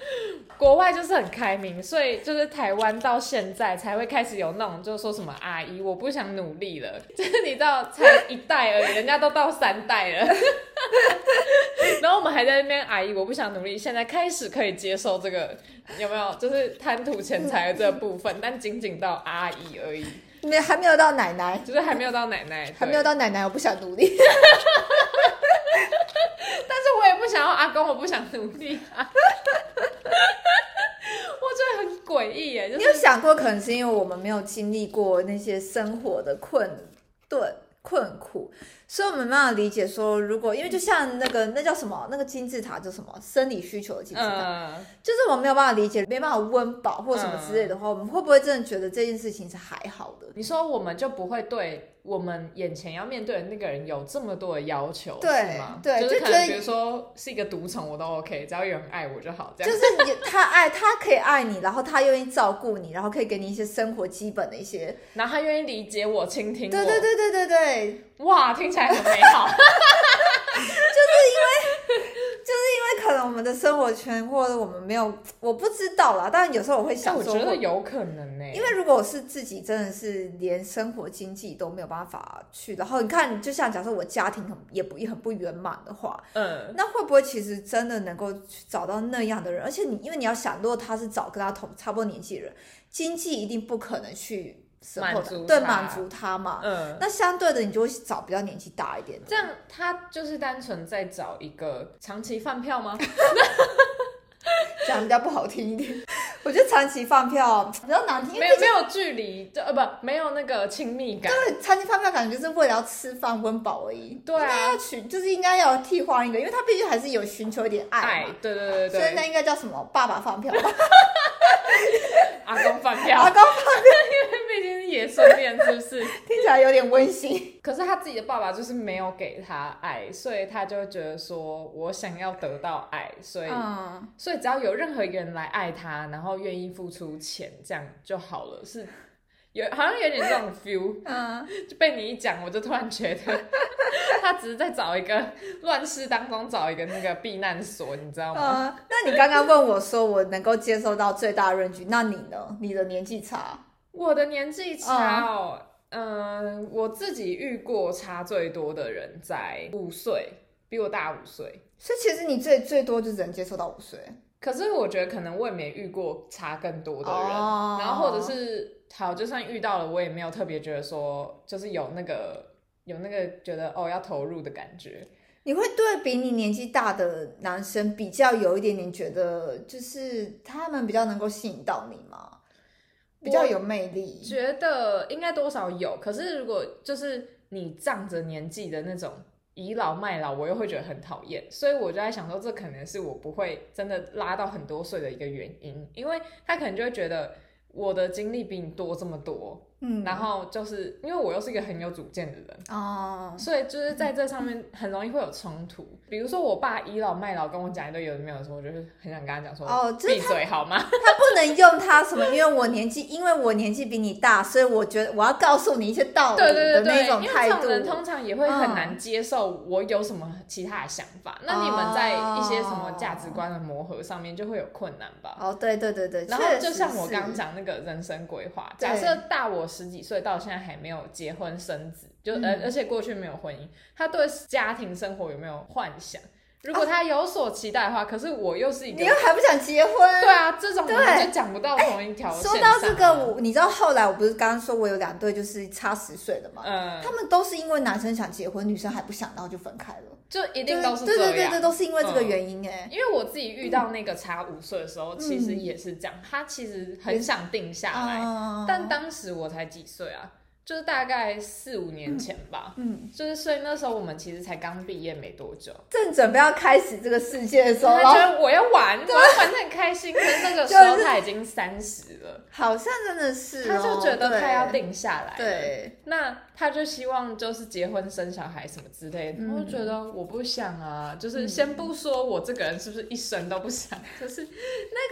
[SPEAKER 1] 国外就是很开明，所以就是台湾到现在才会开始有那种，就是说什么阿姨，我不想努力了， 就是你知道才一代而已，人家都到三代了， 然后我们还在那边阿姨，我不想努力，现在开始可以接受这个有没有？就是贪图钱财的这部分， 但仅仅到阿姨而已，
[SPEAKER 2] 没还没有到奶奶，
[SPEAKER 1] 就是还没有到奶奶，对
[SPEAKER 2] 还没有。到奶奶，我不想努力。
[SPEAKER 1] 但是我也不想要阿公，我不想努力啊， 我觉得很诡异耶，就
[SPEAKER 2] 你
[SPEAKER 1] 是
[SPEAKER 2] 有想过，可能是因为我们没有经历过那些生活的困顿困苦，所以我们没办法理解说，如果因为就像那个那叫什么，那个金字塔叫什么生理需求的金字塔，
[SPEAKER 1] 嗯。
[SPEAKER 2] 就是我们没有办法理解，没办法温饱或什么之类的话，我们会不会真的觉得这件事情是还好的？
[SPEAKER 1] 你说我们就不会对我们眼前要面对的那个人有这么多的要求，
[SPEAKER 2] 对
[SPEAKER 1] 是吗？
[SPEAKER 2] 对
[SPEAKER 1] 就是可
[SPEAKER 2] 就觉
[SPEAKER 1] 能
[SPEAKER 2] 得
[SPEAKER 1] 比如说是一个独宠，我都 OK，只要有人爱我就好，这
[SPEAKER 2] 就
[SPEAKER 1] 样。
[SPEAKER 2] 是你他爱他可以爱你，然后他愿意照顾你，然后可以给你一些生活基本的一些，
[SPEAKER 1] 然后他愿意理解我、倾听我，
[SPEAKER 2] 对对对对对对，
[SPEAKER 1] 对，哇，听起来很美 好。
[SPEAKER 2] 因为可能我们的生活圈或者我们没有，我不知道啦。但有时候我会
[SPEAKER 1] 但
[SPEAKER 2] 想
[SPEAKER 1] 我
[SPEAKER 2] 说
[SPEAKER 1] 觉得
[SPEAKER 2] 会，
[SPEAKER 1] 有可能呢、
[SPEAKER 2] 因为如果我是自己真的是连生活经济都没有办法去，然后你看，就像假设我家庭很也不也很不圆满的话，
[SPEAKER 1] 嗯，
[SPEAKER 2] 那会不会其实真的能够去找到那样的人？而且你因为你要想，如果他是找跟他同差不多年纪的人，经济一定不可能去 support
[SPEAKER 1] 满足
[SPEAKER 2] 对
[SPEAKER 1] 他
[SPEAKER 2] 满足他嘛。
[SPEAKER 1] 嗯，
[SPEAKER 2] 那相对的，你就会找比较年纪大一点的。
[SPEAKER 1] 这样他就是单纯在找一个长期饭票吗？
[SPEAKER 2] 讲比较不好听一点。 我觉得长期饭票比较难听，因
[SPEAKER 1] 没
[SPEAKER 2] 为
[SPEAKER 1] 有没有距离，就呃不没有那个亲密感。
[SPEAKER 2] 对长期饭票感觉就是为了要吃饭温饱而已。
[SPEAKER 1] 对啊
[SPEAKER 2] 应该要寻就是应该要替换一个，因为他毕竟还是有寻求一点爱
[SPEAKER 1] 爱
[SPEAKER 2] 嘛。，
[SPEAKER 1] 对对对
[SPEAKER 2] 所以
[SPEAKER 1] 对
[SPEAKER 2] 那应该叫什么？爸爸 饭票吧，
[SPEAKER 1] 对，阿公 饭票，
[SPEAKER 2] 阿公
[SPEAKER 1] 毕竟是野生恋，是不是？
[SPEAKER 2] 听起来有点温馨。
[SPEAKER 1] 可是他自己的爸爸就是没有给他爱，所以他就会觉得说，我想要得到爱，所以、
[SPEAKER 2] 嗯，
[SPEAKER 1] 所以只要有任何一个人来爱他，然后愿意付出钱，这样就好了。是有好像有点这种 feel，
[SPEAKER 2] 嗯，
[SPEAKER 1] 就被你一讲，我就突然觉得他只是在找一个乱世当中找一个那个避难所，你知道吗？
[SPEAKER 2] 嗯，那你刚刚问我说我能够接受到最大的 range，那你呢？你的年纪差，
[SPEAKER 1] 我的年纪差哦。嗯，我自己遇过差最多的人在五岁，比我大五岁。
[SPEAKER 2] 所以其实你最最多就只能接受到五岁。
[SPEAKER 1] 可是我觉得可能未免遇过差更多的人，
[SPEAKER 2] 哦
[SPEAKER 1] 然后或者是好，就算遇到了，我也没有特别觉得说，就是有那个有那个觉得哦要投入的感觉。
[SPEAKER 2] 你会对比你年纪大的男生比较有一点点觉得，就是他们比较能够吸引到你吗？比较有魅力。
[SPEAKER 1] 觉得应该多少有，可是如果就是你仗着年纪的那种倚老卖老，我又会觉得很讨厌，所以我就在想说，这可能是我不会真的拉到很多岁的一个原因，因为他可能就会觉得我的经历比你多这么多，
[SPEAKER 2] 嗯，
[SPEAKER 1] 然后就是因为我又是一个很有主见的人。
[SPEAKER 2] 哦，
[SPEAKER 1] 所以就是在这上面很容易会有冲突。比如说我爸倚老卖老跟我讲一堆有的没有的时候，我就是很想跟他讲说，
[SPEAKER 2] 哦就是
[SPEAKER 1] 闭嘴好吗？
[SPEAKER 2] 他不能用他什么，因为我年纪，因为我年纪比你大，所以我觉得我要告诉你一些道 理
[SPEAKER 1] 对对对
[SPEAKER 2] 的
[SPEAKER 1] 对
[SPEAKER 2] 那，种
[SPEAKER 1] 因为
[SPEAKER 2] 态
[SPEAKER 1] 这
[SPEAKER 2] 度
[SPEAKER 1] 种。人通常也会很难接受我有什么其他的想法。那你们在一些什么价值观的磨合上面就会有困难吧？
[SPEAKER 2] 哦，对对对对，
[SPEAKER 1] 然后
[SPEAKER 2] 确实
[SPEAKER 1] 就像我
[SPEAKER 2] 是
[SPEAKER 1] 刚刚，讲那个人生规划，
[SPEAKER 2] 对
[SPEAKER 1] 假设大我十几岁到现在还没有结婚生子，就而、
[SPEAKER 2] 嗯
[SPEAKER 1] 而且过去没有婚姻，他对家庭生活有没有幻想？如果他有所期待的话，可是我又是一个
[SPEAKER 2] 啊你又还不想结婚？
[SPEAKER 1] 对啊，这种我们
[SPEAKER 2] 对哎
[SPEAKER 1] 就讲不到同一条线上啊。
[SPEAKER 2] 说到这个，我你知道后来我不是刚刚说我有两对就是差十岁的嘛，
[SPEAKER 1] 嗯，
[SPEAKER 2] 他们都是因为男生想结婚，女生还不想，然后就分开了。
[SPEAKER 1] 就一定都是
[SPEAKER 2] 对
[SPEAKER 1] 这
[SPEAKER 2] 对
[SPEAKER 1] 样。嗯
[SPEAKER 2] 对对，都是因为这个原因哎、
[SPEAKER 1] 因为我自己遇到那个差五岁的时候，其
[SPEAKER 2] 嗯
[SPEAKER 1] 实也是这样，他其实很想定下来，
[SPEAKER 2] 啊
[SPEAKER 1] 但当时我才几岁啊，就是大概四五年前吧。
[SPEAKER 2] 嗯，
[SPEAKER 1] 就是，所以那时候我们其实才刚毕业没多久，
[SPEAKER 2] 正准备要开始这个世界的时候，
[SPEAKER 1] 他
[SPEAKER 2] 然后
[SPEAKER 1] 觉得我要玩，我要玩的很开心。可是那个时候
[SPEAKER 2] 就是
[SPEAKER 1] 他已经三十了，
[SPEAKER 2] 好像真的是、
[SPEAKER 1] 他
[SPEAKER 2] 哦，
[SPEAKER 1] 就觉得
[SPEAKER 2] 对
[SPEAKER 1] 他要定下来了。
[SPEAKER 2] 对，
[SPEAKER 1] 那他就希望就是结婚生小孩什么之类的，
[SPEAKER 2] 嗯
[SPEAKER 1] 我就觉得我不想啊，就是先不说我这个人是不是一生都不想，就是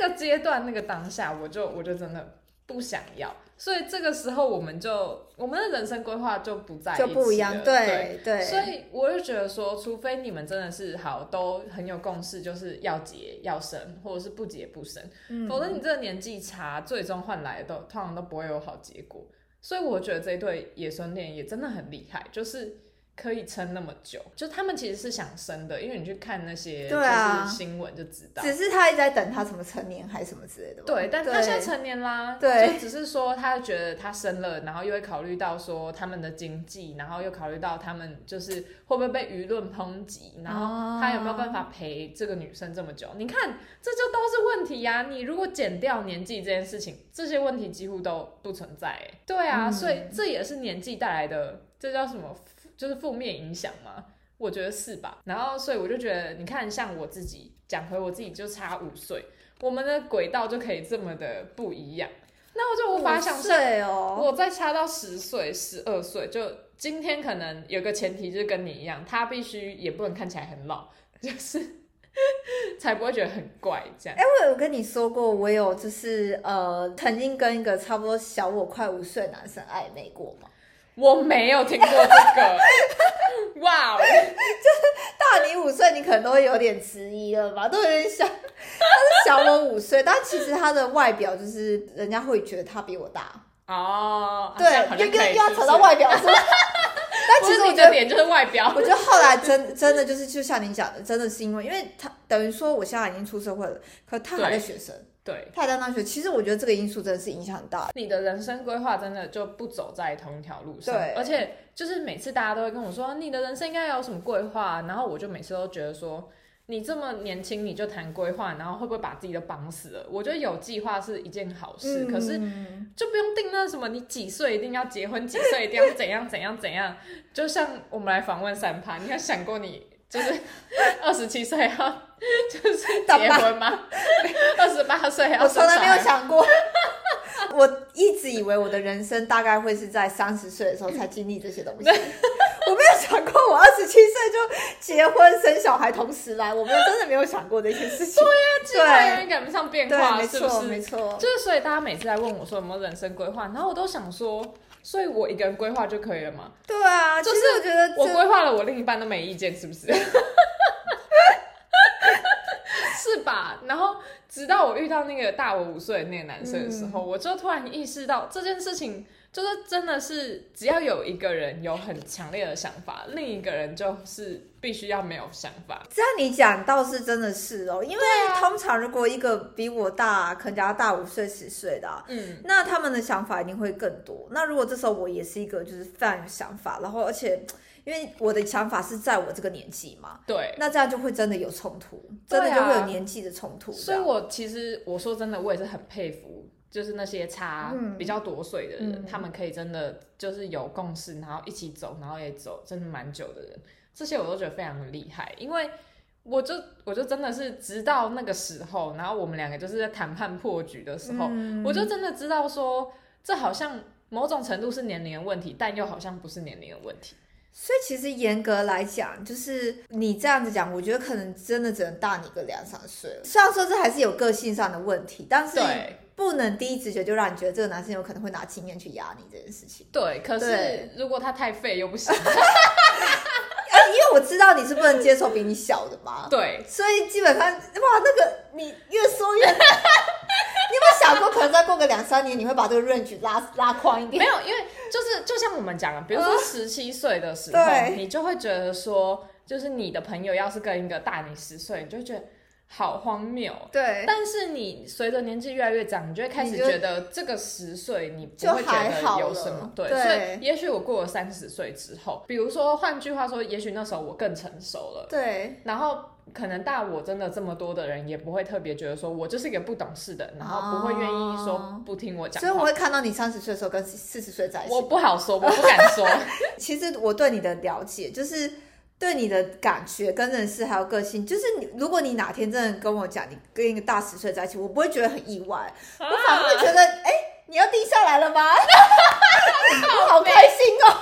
[SPEAKER 1] 那个阶段那个当下，我就我就真的不想要，所以这个时候我们就我们的人生规划就不在
[SPEAKER 2] 就
[SPEAKER 1] 起
[SPEAKER 2] 不一样，
[SPEAKER 1] 了对。
[SPEAKER 2] 对对，
[SPEAKER 1] 所以我就觉得说，除非你们真的是好都很有共识，就是要结要生，或者是不结不生，
[SPEAKER 2] 嗯
[SPEAKER 1] 否则你这个年纪差，最终换来的都通常都不会有好结果。所以我觉得这一对野生恋也真的很厉害，就是可以撑那么久。就他们其实是想生的，因为你去看那些就
[SPEAKER 2] 对啊
[SPEAKER 1] 是新闻就知道。
[SPEAKER 2] 只是他一直在等他什么成年还是什么之类的吧。
[SPEAKER 1] 对，但他现在成年啦，
[SPEAKER 2] 对
[SPEAKER 1] 就只是说他觉得他生了，然后又会考虑到说他们的经济，然后又考虑到他们就是会不会被舆论抨击，然
[SPEAKER 2] 哦
[SPEAKER 1] 后他有没有办法陪这个女生这么久？你看，这就都是问题呀、你如果减掉年纪这件事情，这些问题几乎都不存在、欸。对
[SPEAKER 2] 嗯
[SPEAKER 1] 啊，所以这也是年纪带来的，这叫什么？就是负面影响吗？我觉得是吧。然后，所以我就觉得，你看，像我自己讲回我自己，就差五岁，我们的轨道就可以这么的不一样。那我就无法想象，
[SPEAKER 2] 睡哦。
[SPEAKER 1] 我再差到十岁、十二岁，就今天可能有个前提，就是跟你一样，他必须也不能看起来很老， 就是才不会觉得很怪这样。
[SPEAKER 2] 哎、我有跟你说过，我有就是呃，曾经跟一个差不多小我快五岁的男生暧昧过嘛，
[SPEAKER 1] 我没有听过这个，哇哦！
[SPEAKER 2] 大你五岁，你可能都会有点迟疑了吧，都有点 小，他是小我五岁，但其实他的外表就是人家会觉得他比我大，
[SPEAKER 1] 哦，
[SPEAKER 2] 对
[SPEAKER 1] 这样好，像
[SPEAKER 2] 又
[SPEAKER 1] 可
[SPEAKER 2] 跟
[SPEAKER 1] 以
[SPEAKER 2] 又要
[SPEAKER 1] 是不
[SPEAKER 2] 扯到
[SPEAKER 1] 是
[SPEAKER 2] 外表 是吧？但
[SPEAKER 1] 不
[SPEAKER 2] 其
[SPEAKER 1] 是
[SPEAKER 2] 实我
[SPEAKER 1] 你
[SPEAKER 2] 觉
[SPEAKER 1] 的
[SPEAKER 2] 得，
[SPEAKER 1] 点就是外表，
[SPEAKER 2] 我觉得后来真真的就是就像你讲的，真的是因为，因为他等于说我现在已经出社会了，可他还在学生，
[SPEAKER 1] 对。
[SPEAKER 2] 他还在上学，其实我觉得这个因素真的是影响很大的。
[SPEAKER 1] 你的人生规划真的就不走在同一条路上，
[SPEAKER 2] 对
[SPEAKER 1] 而且就是每次大家都会跟我说你的人生应该要有什么规划，然后我就每次都觉得说你这么年轻你就谈规划，然后会不会把自己都绑死了？我觉得有计划是一件好事，可是
[SPEAKER 2] 嗯
[SPEAKER 1] 就不用定那什么你几岁一定要结婚，几岁一定要怎样怎样怎样。就像我们来访问三趴，你有想过你就是 二十七岁要 就是
[SPEAKER 2] 当
[SPEAKER 1] 结
[SPEAKER 2] 爸
[SPEAKER 1] 婚吗？二十八岁要
[SPEAKER 2] 我从
[SPEAKER 1] 生
[SPEAKER 2] 来没
[SPEAKER 1] 小
[SPEAKER 2] 有
[SPEAKER 1] 孩？
[SPEAKER 2] 想过， 我一直以为我的人生大概会是在三十岁的时候才经历这些东 西。我没有想过，我二十七岁就结婚生小孩，同时来，我们真的没有想过这些事情。
[SPEAKER 1] 计划永远赶不上变
[SPEAKER 2] 对，
[SPEAKER 1] 化，
[SPEAKER 2] 没
[SPEAKER 1] 啊是不
[SPEAKER 2] 错，
[SPEAKER 1] 是
[SPEAKER 2] 没？错。
[SPEAKER 1] 就是所以大家每次来问我说有没有人生规划，然后我都想说，所以我一个人规划就可以了嘛？
[SPEAKER 2] 对啊，
[SPEAKER 1] 就
[SPEAKER 2] 其实我觉得
[SPEAKER 1] 我
[SPEAKER 2] 这
[SPEAKER 1] 规划了，我另一半都没意见，是不 是？是吧？然后直到我遇到那个大我五岁的那个男生的时候，
[SPEAKER 2] 嗯
[SPEAKER 1] 我就突然意识到这件事情，就是真的是只要有一个人有很强烈的想法，另一个人就是必须要没有想法。
[SPEAKER 2] 这样你讲倒是真的是哦，因为
[SPEAKER 1] 啊
[SPEAKER 2] 通常如果一个比我大，可能假如大五岁十岁的啊、
[SPEAKER 1] 嗯，
[SPEAKER 2] 那他们的想法一定会更多。那如果这时候我也是一个就是非常有想法，然后而且因为我的想法是在我这个年纪嘛，
[SPEAKER 1] 对。
[SPEAKER 2] 那这样就会真的有冲突，
[SPEAKER 1] 对
[SPEAKER 2] 真
[SPEAKER 1] 啊
[SPEAKER 2] 的就会有年纪的冲突这
[SPEAKER 1] 所以
[SPEAKER 2] 样。
[SPEAKER 1] 我其实我说真的，我也是很佩服，就是那些差
[SPEAKER 2] 嗯
[SPEAKER 1] 比较多岁的人，
[SPEAKER 2] 嗯
[SPEAKER 1] 他们可以真的就是有共识，然后一起走，然后也走真的蛮久的人，这些我都觉得非常的厉害，因为。我就我就真的是直到那个时候，然后我们两个就是在谈判破局的时候，
[SPEAKER 2] 嗯
[SPEAKER 1] 我就真的知道说，这好像某种程度是年龄的问题，但又好像不是年龄的问题。
[SPEAKER 2] 所以其实严格来讲，就是你这样子讲，我觉得可能真的只能大你个两三岁了。虽然说这还是有个性上的问题，但是
[SPEAKER 1] 对，
[SPEAKER 2] 不能第一直觉就让你觉得这个男生有可能会拿经验去压你这件事情。
[SPEAKER 1] 对，可是
[SPEAKER 2] 对
[SPEAKER 1] 如果他太废又不行。
[SPEAKER 2] 哎、因为我知道你是不能接受比你小的嘛，
[SPEAKER 1] 对，
[SPEAKER 2] 所以基本上哇，那个你越说越，你有 没有想过可能再过个两三年，你会把这个 range 拉拉宽 一
[SPEAKER 1] 没
[SPEAKER 2] 点？
[SPEAKER 1] 有，因为就是就像我们讲的，比如说十七岁的时候，
[SPEAKER 2] 嗯对
[SPEAKER 1] 你就会觉得说，就是你的朋友要是跟一个大你十岁，你就会觉得好荒谬。
[SPEAKER 2] 对，
[SPEAKER 1] 但是你随着年纪越来越长，你就会开始
[SPEAKER 2] 你就
[SPEAKER 1] 觉得这个十岁你不会觉得有什
[SPEAKER 2] 就还好
[SPEAKER 1] 么
[SPEAKER 2] 了
[SPEAKER 1] 对，
[SPEAKER 2] 对
[SPEAKER 1] 所以也许我过了三十岁之后，比如说换句话说，也许那时候我更成熟了，
[SPEAKER 2] 对，
[SPEAKER 1] 然后可能大我真的这么多的人也不会特别觉得说我就是一个不懂事的，然后不会愿意说
[SPEAKER 2] 哦
[SPEAKER 1] 不听我讲
[SPEAKER 2] 所以我
[SPEAKER 1] 话。
[SPEAKER 2] 会看到你三十岁的时候跟四十岁在一
[SPEAKER 1] 我
[SPEAKER 2] 起。
[SPEAKER 1] 不好说，我不敢说。
[SPEAKER 2] 其实我对你的了解就是。对你的感觉跟认识还有个性，就是你，如果你哪天真的跟我讲你跟一个大十岁在一起，我不会觉得很意外，我反而会觉得，哎、你要定下来了吗？我 好开心哦！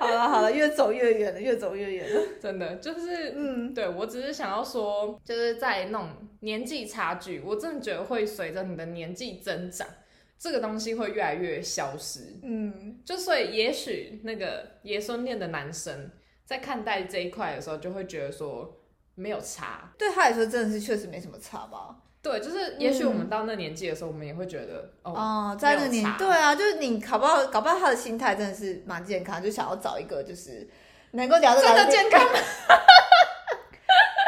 [SPEAKER 2] 好了好了，越走越远了，越走越远了。
[SPEAKER 1] 真的就是，
[SPEAKER 2] 嗯，
[SPEAKER 1] 对我只是想要说，就是在那种年纪差距，我真的觉得会随着你的年纪增长，这个东西会越来越消失。
[SPEAKER 2] 嗯，
[SPEAKER 1] 就所以，也许那个爷孙恋的男生在看待这一块的时候，就会觉得说没有差。
[SPEAKER 2] 对他来说真的是确实没什么差吧？
[SPEAKER 1] 对，就是也许我们到那年纪的时候，我们也会觉得、嗯哦，
[SPEAKER 2] 哦，在那
[SPEAKER 1] 没有
[SPEAKER 2] 年
[SPEAKER 1] 差
[SPEAKER 2] 对啊，就是你搞不好搞不好他的心态真的是蛮健康，就想要找一个就是能够聊得
[SPEAKER 1] 真
[SPEAKER 2] 来
[SPEAKER 1] 的
[SPEAKER 2] 的
[SPEAKER 1] 健康，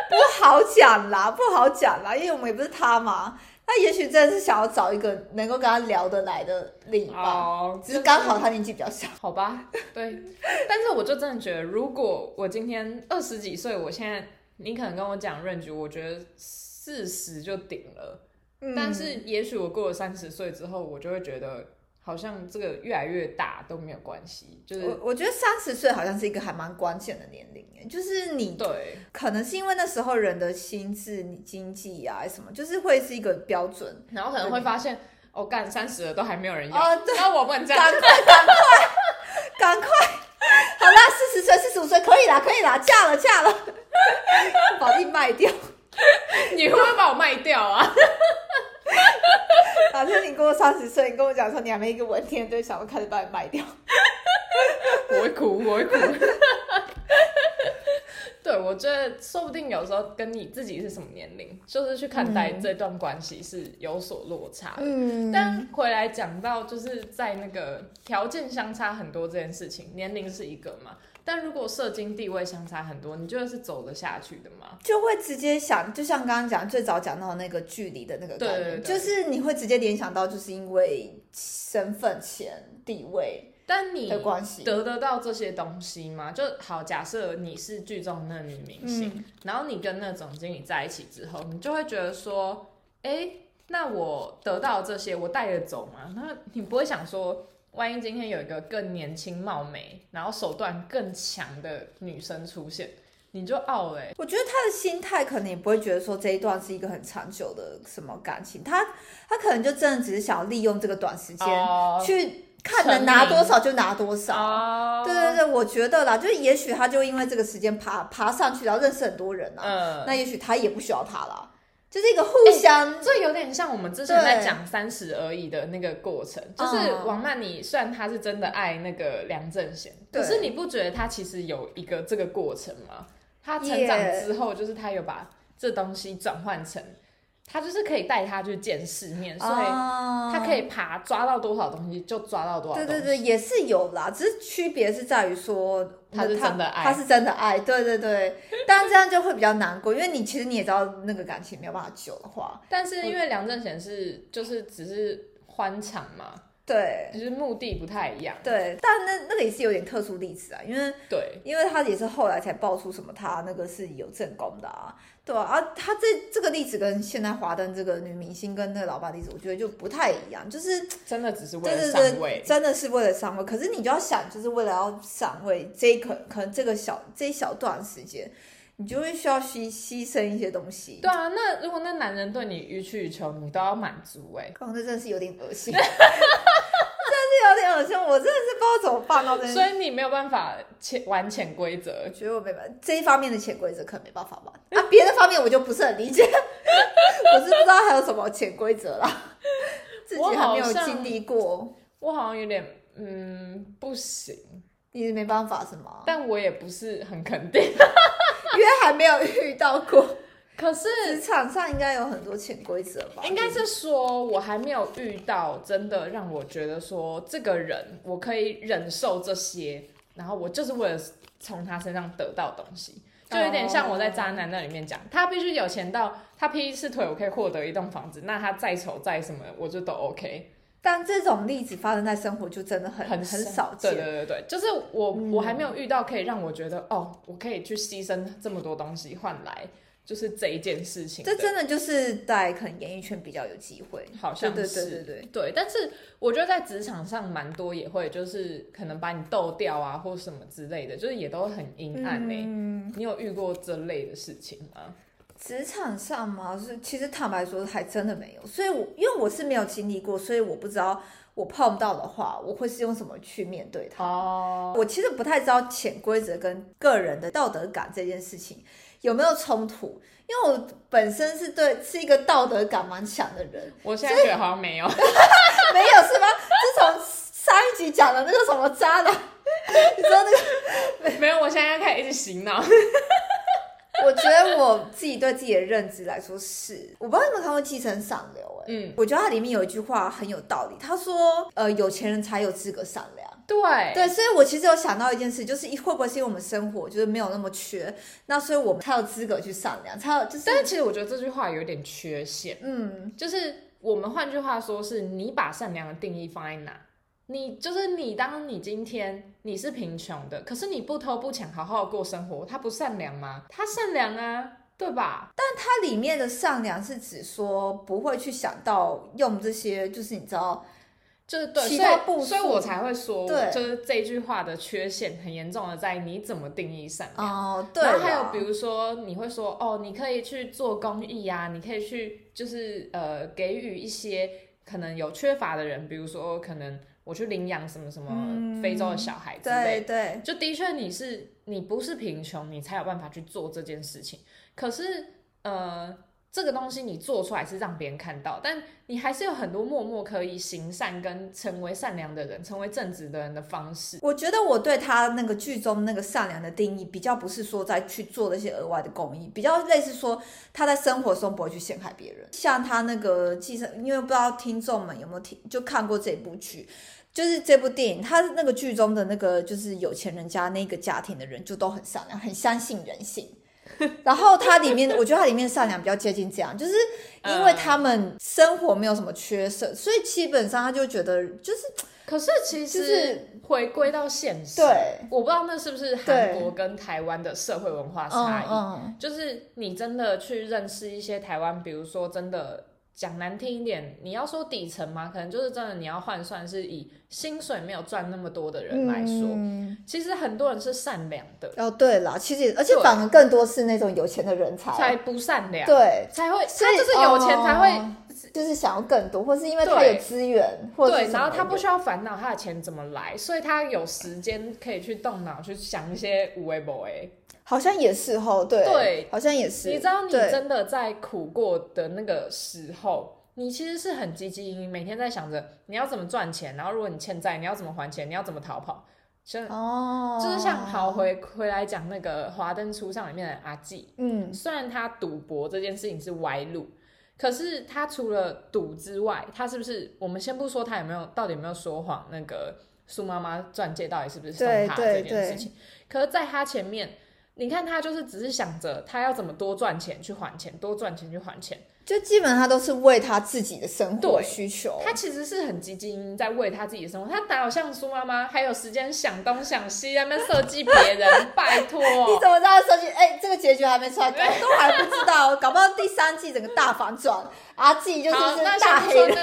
[SPEAKER 2] 不好讲啦，不好讲啦，因为我们也不是他嘛。他也许真的是想要找一个能够跟他聊得来的另一半，
[SPEAKER 1] 哦，
[SPEAKER 2] 只是刚好他年纪比较小。
[SPEAKER 1] 好吧， 对。但是我就真的觉得，如果我今天二十几岁，我现在你可能跟我讲任局，我觉得四十就顶了。
[SPEAKER 2] 嗯
[SPEAKER 1] 但是也许我过了三十岁之后，我就会觉得好像这个越来越大都没有关系，就是
[SPEAKER 2] 我我觉得三十岁好像是一个还蛮关键的年龄耶，就是你
[SPEAKER 1] 对。
[SPEAKER 2] 可能是因为那时候人的心智、你经济啊什么，就是会是一个标准。
[SPEAKER 1] 然后可能会发现，哦，干三十了都还没有人要，
[SPEAKER 2] 哦
[SPEAKER 1] 那我问这
[SPEAKER 2] 赶
[SPEAKER 1] 样，
[SPEAKER 2] 快，赶快，赶快！ 好啦，四十岁、四十五岁可以啦，可以啦，嫁了，嫁了， 把地卖掉。
[SPEAKER 1] 你会不会把我卖掉啊？
[SPEAKER 2] 反啊正你过三十岁，你跟我讲说你还没一个稳定的对象，我开始把你卖掉。
[SPEAKER 1] 我会哭，我会哭。 对，我觉得说不定有时候跟你自己是什么年龄，就是去看待这段关系是有所落差的。
[SPEAKER 2] 嗯
[SPEAKER 1] 但回来讲到就是在那个条件相差很多这件事情，年龄是一个嘛，但如果社经地位相差很多，你觉得是走得下去的吗？
[SPEAKER 2] 就会直接想，就像刚刚讲最早讲到那个距离的那个概念，
[SPEAKER 1] 对对对
[SPEAKER 2] 就是你会直接联想到，就是因为身份、钱、地位
[SPEAKER 1] 但你
[SPEAKER 2] 的关系。
[SPEAKER 1] 得得到这些东西吗？就好，假设你是剧中那女明星，
[SPEAKER 2] 嗯
[SPEAKER 1] 然后你跟那总经理在一起之后，你就会觉得说，哎、那我得到这些，我带着走吗？那你不会想说，万一今天有一个更年轻貌美，然后手段更强的女生出现，你就傲了欸、
[SPEAKER 2] 我觉得他的心态可能也不会觉得说这一段是一个很长久的什么感情，他他可能就真的只是想要利用这个短时间、
[SPEAKER 1] 哦
[SPEAKER 2] 去看
[SPEAKER 1] 成
[SPEAKER 2] 能拿
[SPEAKER 1] 名
[SPEAKER 2] 多少就拿多少。
[SPEAKER 1] 哦
[SPEAKER 2] 对对对，我觉得啦，就是也许他就因为这个时间爬爬上去，然后认识很多人啊，
[SPEAKER 1] 嗯，
[SPEAKER 2] 那也许他也不需要他啦，就是一个互
[SPEAKER 1] 哎
[SPEAKER 2] 相、
[SPEAKER 1] 这有点像我们之前
[SPEAKER 2] 对
[SPEAKER 1] 在讲《三十而已》的那个过程，就是
[SPEAKER 2] 嗯
[SPEAKER 1] 王曼妮虽然她是真的爱那个梁正贤，
[SPEAKER 2] 对
[SPEAKER 1] 可是你不觉得她其实有一个这个过程吗？她成长之后，就是她有把这东西转换成，她就是可以带她去见世面，所以
[SPEAKER 2] 啊
[SPEAKER 1] 她可以爬抓到多少东西就抓到多少
[SPEAKER 2] 对
[SPEAKER 1] 东西。
[SPEAKER 2] 对对，也是有啦，只是区别是在于说嗯
[SPEAKER 1] 他是真的爱
[SPEAKER 2] 他是真的爱，对对对。 但这样就会比较难过，因为你其实你也知道那个感情没有办法久的话，
[SPEAKER 1] 但是因为梁正贤是就是只是欢场嘛，
[SPEAKER 2] 对
[SPEAKER 1] 就是目的不太一样。
[SPEAKER 2] 对。但那那个也是有点特殊例子啊，因为
[SPEAKER 1] 对，
[SPEAKER 2] 因为他也是后来才爆出什么他那个是有正宫的啊，对啊，啊他这这个例子跟现在华灯这个女明星跟那个老爸例子，我觉得就不太一样，就是
[SPEAKER 1] 真的只是为
[SPEAKER 2] 对
[SPEAKER 1] 了
[SPEAKER 2] 对
[SPEAKER 1] 上位。
[SPEAKER 2] 对，真的是为了上位。可是你就要想，就是为了要上位，这一可可能这个小这一小段时间，你就会需要牺牺牲一些东西。
[SPEAKER 1] 对啊，那如果那男人对你予取予求，你都要满足哎、
[SPEAKER 2] 刚刚这真的是有点恶心， 真的是有点恶心，我真的是不知道怎么办到这件事。
[SPEAKER 1] 所以你没有办法潜玩潜规则
[SPEAKER 2] 我。觉得我没办法，这一方面的潜规则可能没办法玩啊，别的方面我就不是很理解， 我是不知道还有什么潜规则啦， 自己
[SPEAKER 1] 我
[SPEAKER 2] 还
[SPEAKER 1] 好
[SPEAKER 2] 没有
[SPEAKER 1] 像
[SPEAKER 2] 经历过，
[SPEAKER 1] 我好像有点嗯不行，
[SPEAKER 2] 你没办法是吗？
[SPEAKER 1] 但我也不是很肯定。
[SPEAKER 2] 因为还没有遇到过。
[SPEAKER 1] 可是
[SPEAKER 2] 职场上应该有很多潜规则吧？
[SPEAKER 1] 应该是说，我还没有遇到真的让我觉得说这个人我可以忍受这些，然后我就是为了从他身上得到东西。就有点像我在渣男那里面讲，他必须有钱到他劈一次腿，我可以获得一栋房子，那他再丑再什么，我就都 OK。
[SPEAKER 2] 但这种例子发生在生活就真的很很少见。嗯
[SPEAKER 1] 对对对对，就是我、我还没有遇到可以让我觉得哦，我可以去牺牲这么多东西换来就是这一件事情的。
[SPEAKER 2] 这真的就是在可能演艺圈比较有机会，
[SPEAKER 1] 好像
[SPEAKER 2] 对对
[SPEAKER 1] 是
[SPEAKER 2] 对对对。
[SPEAKER 1] 对，但是我觉得在职场上蛮多也会就是可能把你斗掉啊，或什么之类的，就是也都很阴暗呢、
[SPEAKER 2] 嗯，
[SPEAKER 1] 你有遇过这类的事情吗？
[SPEAKER 2] 职场上嘛，是其实坦白说还真的没有，所以我因为我是没有经历过，所以我不知道我碰到的话，我会是用什么去面对它。
[SPEAKER 1] 哦，
[SPEAKER 2] 我其实不太知道潜规则跟个人的道德感这件事情，有没有冲突，因为我本身是对是一个道德感蛮强的人，
[SPEAKER 1] 我现在觉得好像没 有，
[SPEAKER 2] 没有是吗？自从上一集讲的那个什么渣男，你知道那 个，
[SPEAKER 1] 没有，我现在开始一直洗脑。
[SPEAKER 2] 我觉得我自己对自己的认知来说是，我不知道你们看过《寄生上流》哎，
[SPEAKER 1] 嗯，
[SPEAKER 2] 我觉得它里面有一句话很有道理，他说，呃，有钱人才有资格善良。
[SPEAKER 1] 对，
[SPEAKER 2] 对，所以我其实有想到一件事，就是会不会是因为我们生活就是没有那么缺，那所以我们才有资格去善良，才有就是
[SPEAKER 1] 但是其实我觉得这句话有点缺陷，
[SPEAKER 2] 嗯，
[SPEAKER 1] 就是我们换句话说，是你把善良的定义放在哪？你就是你，当你今天你是贫穷的，可是你不偷不抢，好好过生活，他不善良吗？他善良啊，对吧？
[SPEAKER 2] 但它里面的善良是指说不会去想到用这些，就是你知道，
[SPEAKER 1] 就是对，
[SPEAKER 2] 其
[SPEAKER 1] 所
[SPEAKER 2] 他部
[SPEAKER 1] 以所以
[SPEAKER 2] 分
[SPEAKER 1] 我才会说，
[SPEAKER 2] 对
[SPEAKER 1] 就是这句话的缺陷很严重的在于你怎么定义善良。
[SPEAKER 2] 哦，对
[SPEAKER 1] 然
[SPEAKER 2] 啦，
[SPEAKER 1] 后还有比如说，你会说哦，你可以去做公益啊，你可以去就是呃给予一些可能有缺乏的人，比如说可能我去领养什么什么
[SPEAKER 2] 嗯
[SPEAKER 1] 非洲的小孩之类
[SPEAKER 2] 对
[SPEAKER 1] 的。
[SPEAKER 2] 对，
[SPEAKER 1] 就的确你是你不是贫穷，你才有办法去做这件事情。可是呃，这个东西你做出来是让别人看到，但你还是有很多默默可以行善跟成为善良的人、成为正直的人的方式。
[SPEAKER 2] 我觉得我对他那个剧中那个善良的定义，比较不是说在去做那些额外的公益，比较类似说他在生活中不会去陷害别人。像他那个寄生，因为不知道听众们有没有听，就看过这部剧，就是这部电影，他那个剧中的那个就是有钱人家那个家庭的人就都很善良，很相信人性。然后它里面，我觉得它里面善良比较接近这样，就是因为他们生活没有什么缺失，所以基本上他就觉得就是
[SPEAKER 1] 可是其
[SPEAKER 2] 就
[SPEAKER 1] 实
[SPEAKER 2] 是
[SPEAKER 1] 回归到现实，
[SPEAKER 2] 对，
[SPEAKER 1] 我不知道那是不是韩
[SPEAKER 2] 对
[SPEAKER 1] 国跟台湾的社会文化差
[SPEAKER 2] 嗯
[SPEAKER 1] 异，
[SPEAKER 2] 嗯，
[SPEAKER 1] 就是你真的去认识一些台湾，比如说真的讲难听一点，你要说底层嘛，可能就是真的你要换算是以薪水没有赚那么多的人来说，
[SPEAKER 2] 嗯
[SPEAKER 1] 其实很多人是善良的，
[SPEAKER 2] 哦，对啦，其实而且
[SPEAKER 1] 对
[SPEAKER 2] 反而更多是那种有钱的人才，
[SPEAKER 1] 才不善良，，
[SPEAKER 2] 对，
[SPEAKER 1] 才会
[SPEAKER 2] 所
[SPEAKER 1] 他
[SPEAKER 2] 以
[SPEAKER 1] 就是有钱才会。
[SPEAKER 2] 哦就是想要更多，或是因为他
[SPEAKER 1] 对
[SPEAKER 2] 有资源，哦或者是
[SPEAKER 1] 对，
[SPEAKER 2] 什
[SPEAKER 1] 然后
[SPEAKER 2] 么
[SPEAKER 1] 他不
[SPEAKER 2] 的
[SPEAKER 1] 需要烦恼他的钱怎么来，所以他有时间可以去动脑去想一些无为不为。
[SPEAKER 2] 好像也是吼，对，
[SPEAKER 1] 对
[SPEAKER 2] 好像也是，
[SPEAKER 1] 你知道，你
[SPEAKER 2] 对
[SPEAKER 1] 真的在苦过的那个时候，你其实是很积极，你每天在想着你要怎么赚钱，然后如果你欠债，你要怎么还钱，你要怎么逃跑，像、
[SPEAKER 2] 哦，
[SPEAKER 1] 就是像好，回回来讲那个《华灯初上》里面的阿纪，
[SPEAKER 2] 嗯，
[SPEAKER 1] 虽然他赌博这件事情是歪路。可是他除了赌之外，他是不是我们先不说他有没有到底有没有说谎？那个苏妈妈钻戒到底是不是送
[SPEAKER 2] 对
[SPEAKER 1] 他这件
[SPEAKER 2] 对
[SPEAKER 1] 事
[SPEAKER 2] 对
[SPEAKER 1] 情？可是在他前面，你看他就是只是想着他要怎么多赚钱去还钱，多赚钱去还钱。
[SPEAKER 2] 就基本上他都是为他自己的生活
[SPEAKER 1] 对
[SPEAKER 2] 需求，
[SPEAKER 1] 他其实是很积极在为他自己的生活，他哪有像苏妈妈还有时间想东想西，在那边设计别人？拜托，
[SPEAKER 2] 你怎么知道设计？哎、这个结局还没出来，都还不知道，搞不好第三季整个大 反转，阿季就是
[SPEAKER 1] 好，
[SPEAKER 2] 是
[SPEAKER 1] 那先不
[SPEAKER 2] 大黑
[SPEAKER 1] 说
[SPEAKER 2] 人，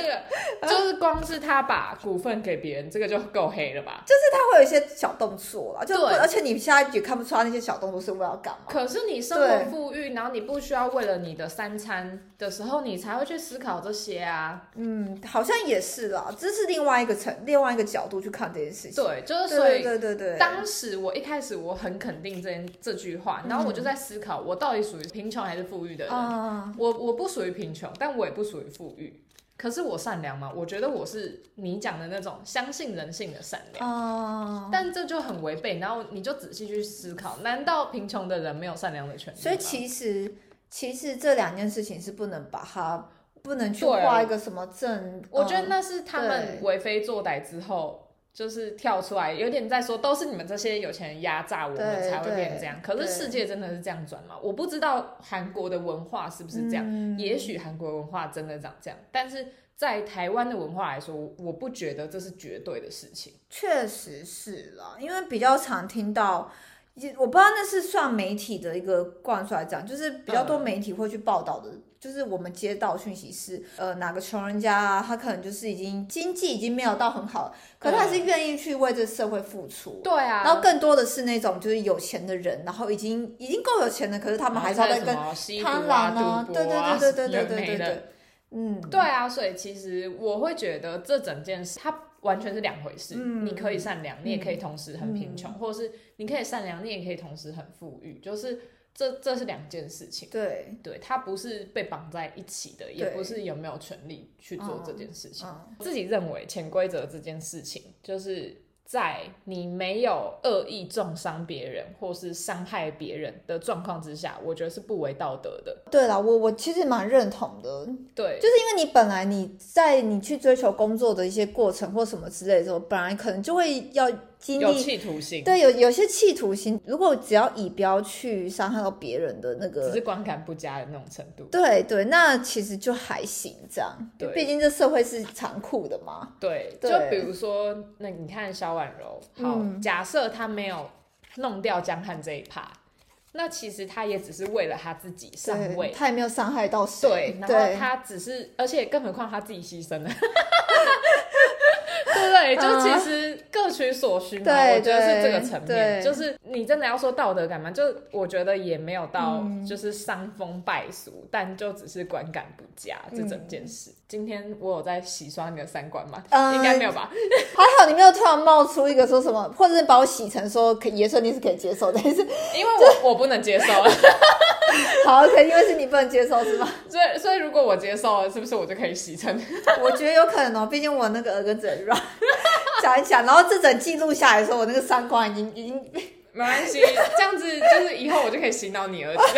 [SPEAKER 1] 这个，就是光是他把股份给别人，这个就够黑了吧？
[SPEAKER 2] 就是他会有一些小动作啦，就不
[SPEAKER 1] 对
[SPEAKER 2] 而且你现在也看不出他那些小动作是为了干嘛。
[SPEAKER 1] 可是你生活
[SPEAKER 2] 对
[SPEAKER 1] 富裕，然后你不需要为了你的三餐的时候，你才会去思考这些啊。
[SPEAKER 2] 嗯，好像也是啦，这是另外一个层、另外一个角度去看这件事情。
[SPEAKER 1] 对，就是所
[SPEAKER 2] 对
[SPEAKER 1] 以
[SPEAKER 2] 对对对，
[SPEAKER 1] 当时我一开始我很肯定这件这句话，然后
[SPEAKER 2] 嗯
[SPEAKER 1] 我就在思考，我到底属于贫穷还是富裕的人？
[SPEAKER 2] 啊，
[SPEAKER 1] 我我不属于贫穷，但我也不属于富裕。可是我善良吗？我觉得我是你讲的那种相信人性的善良，
[SPEAKER 2] 啊，
[SPEAKER 1] 但这就很违背。然后你就仔细去思考，难道贫穷的人没有善良的权利吗？
[SPEAKER 2] 所以其实其实这两件事情是不能把它不能去
[SPEAKER 1] 对啊
[SPEAKER 2] 画一个什么正，
[SPEAKER 1] 我觉得
[SPEAKER 2] 嗯
[SPEAKER 1] 那是他们为非作歹之后，就是跳出来，有点在说都是你们这些有钱人压榨我们
[SPEAKER 2] 对
[SPEAKER 1] 才会变这样。
[SPEAKER 2] 对
[SPEAKER 1] 可是世界真的是这样转吗？我不知道韩国的文化是不是这样，
[SPEAKER 2] 嗯
[SPEAKER 1] 也许韩国文化真的长这样，但是在台湾的文化来说，我不觉得这是绝对的事情。
[SPEAKER 2] 确实是啦，因为比较常听到。也我不知道那是算媒体的一个灌输来讲，就是比较
[SPEAKER 1] 嗯
[SPEAKER 2] 多媒体会去报道的，就是我们接到讯息是，呃，哪个穷人家啊，他可能就是已经经济已经没有到很好，可他还
[SPEAKER 1] 嗯
[SPEAKER 2] 是愿意去为这社会付出。
[SPEAKER 1] 对啊，
[SPEAKER 2] 然后更多的是那种就是有钱的人，然后已经已经够有钱了，可是他们还是要再
[SPEAKER 1] 然
[SPEAKER 2] 跟
[SPEAKER 1] 后还哦有什么吸毒
[SPEAKER 2] 贪婪
[SPEAKER 1] 啊、
[SPEAKER 2] 啊，
[SPEAKER 1] 赌
[SPEAKER 2] 对
[SPEAKER 1] 博
[SPEAKER 2] 对
[SPEAKER 1] 啊，
[SPEAKER 2] 对对对
[SPEAKER 1] 有的
[SPEAKER 2] 对
[SPEAKER 1] 没
[SPEAKER 2] 对
[SPEAKER 1] 的
[SPEAKER 2] 对，嗯，
[SPEAKER 1] 对啊，所以其实我会觉得这整件事它完全是两回事。
[SPEAKER 2] 嗯
[SPEAKER 1] 你可以善良，你也可以同时很贫穷，或者是你可以善良，你也可以同时很富裕，就是。这这是两件事情。
[SPEAKER 2] 对，
[SPEAKER 1] 对，它不是被绑在一起的，也
[SPEAKER 2] 对
[SPEAKER 1] 不是有没有权利去做这件事情。
[SPEAKER 2] 嗯
[SPEAKER 1] 自己认为潜规则这件事情，就是在你没有恶意重伤别人或是伤害别人的状况之下，我觉得是不为道德的。
[SPEAKER 2] 对啦，我我其实蛮认同的，
[SPEAKER 1] 对，
[SPEAKER 2] 就是因为你本来你在你去追求工作的一些过程或什么之类的时候，本来可能就会要经
[SPEAKER 1] 有
[SPEAKER 2] 历。
[SPEAKER 1] 企图心，
[SPEAKER 2] 对，有有些企图心，如果只要以标去伤害到别人的那
[SPEAKER 1] 只
[SPEAKER 2] 个
[SPEAKER 1] 是，观感不佳的那种程度。
[SPEAKER 2] 对对，那其实就还行这样。
[SPEAKER 1] 对
[SPEAKER 2] 毕竟这社会是残酷的嘛。
[SPEAKER 1] 对，
[SPEAKER 2] 对
[SPEAKER 1] 就比如说，那你看萧婉柔，好，
[SPEAKER 2] 嗯
[SPEAKER 1] 假设她没有弄掉江汉这一趴，那其实她也只是为了她自己上
[SPEAKER 2] 对，
[SPEAKER 1] 位。
[SPEAKER 2] 他也没有伤害到谁
[SPEAKER 1] 对，。然
[SPEAKER 2] 对
[SPEAKER 1] 后，她只是，而且更何况她自己牺牲了， 对不对？就其实各取所需嘛，
[SPEAKER 2] 嗯对
[SPEAKER 1] 我觉得是这个层面。
[SPEAKER 2] 对对
[SPEAKER 1] 就是你真的要说道德感嘛，就我觉得也没有到
[SPEAKER 2] 嗯
[SPEAKER 1] 就是伤风败俗，但就只是观感不佳这整件事。今天我有在洗刷你的三观吗？
[SPEAKER 2] 嗯
[SPEAKER 1] 应该没有 吧？
[SPEAKER 2] 还好你没有突然冒出一个说什么，或者是把我洗成说可也算你是可以接受的，但是
[SPEAKER 1] 因为我我不能接受，啊
[SPEAKER 2] 好，可能因为是你不能接受是吗？
[SPEAKER 1] 所以所以如果我接受了，是不是我就可以洗成？
[SPEAKER 2] 我觉得有可能哦，毕竟我那个耳根子很软。 讲一讲，然后这整记录下来的时候，我那个三观已经已经
[SPEAKER 1] 没关系，这样子就是以后我就可以洗脑你儿子。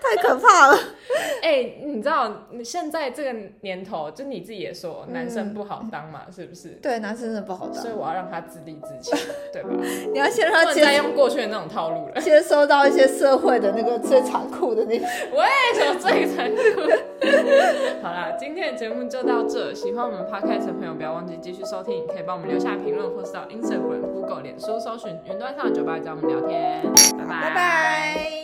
[SPEAKER 2] 太可怕了。
[SPEAKER 1] 哎、你知道你现在这个年头，就你自己也说男生不好当嘛，是不是？
[SPEAKER 2] 对，男生真的不好当
[SPEAKER 1] 所以，我要让他自立自 强，对吧？
[SPEAKER 2] 你要先让
[SPEAKER 1] 不
[SPEAKER 2] 他
[SPEAKER 1] 能再
[SPEAKER 2] 接
[SPEAKER 1] 用过去的那种套路了。
[SPEAKER 2] 接收到一些社会的那个最残酷的那个。
[SPEAKER 1] 我也想最残酷。 好啦，今天的节目就到这。喜欢我们 podcast 的朋友，不要忘记继续收听，可以帮我们留下评论，或是到 Instagram、Google、脸书搜寻“云端上的酒吧”，找我们聊天。拜拜。
[SPEAKER 2] 拜拜。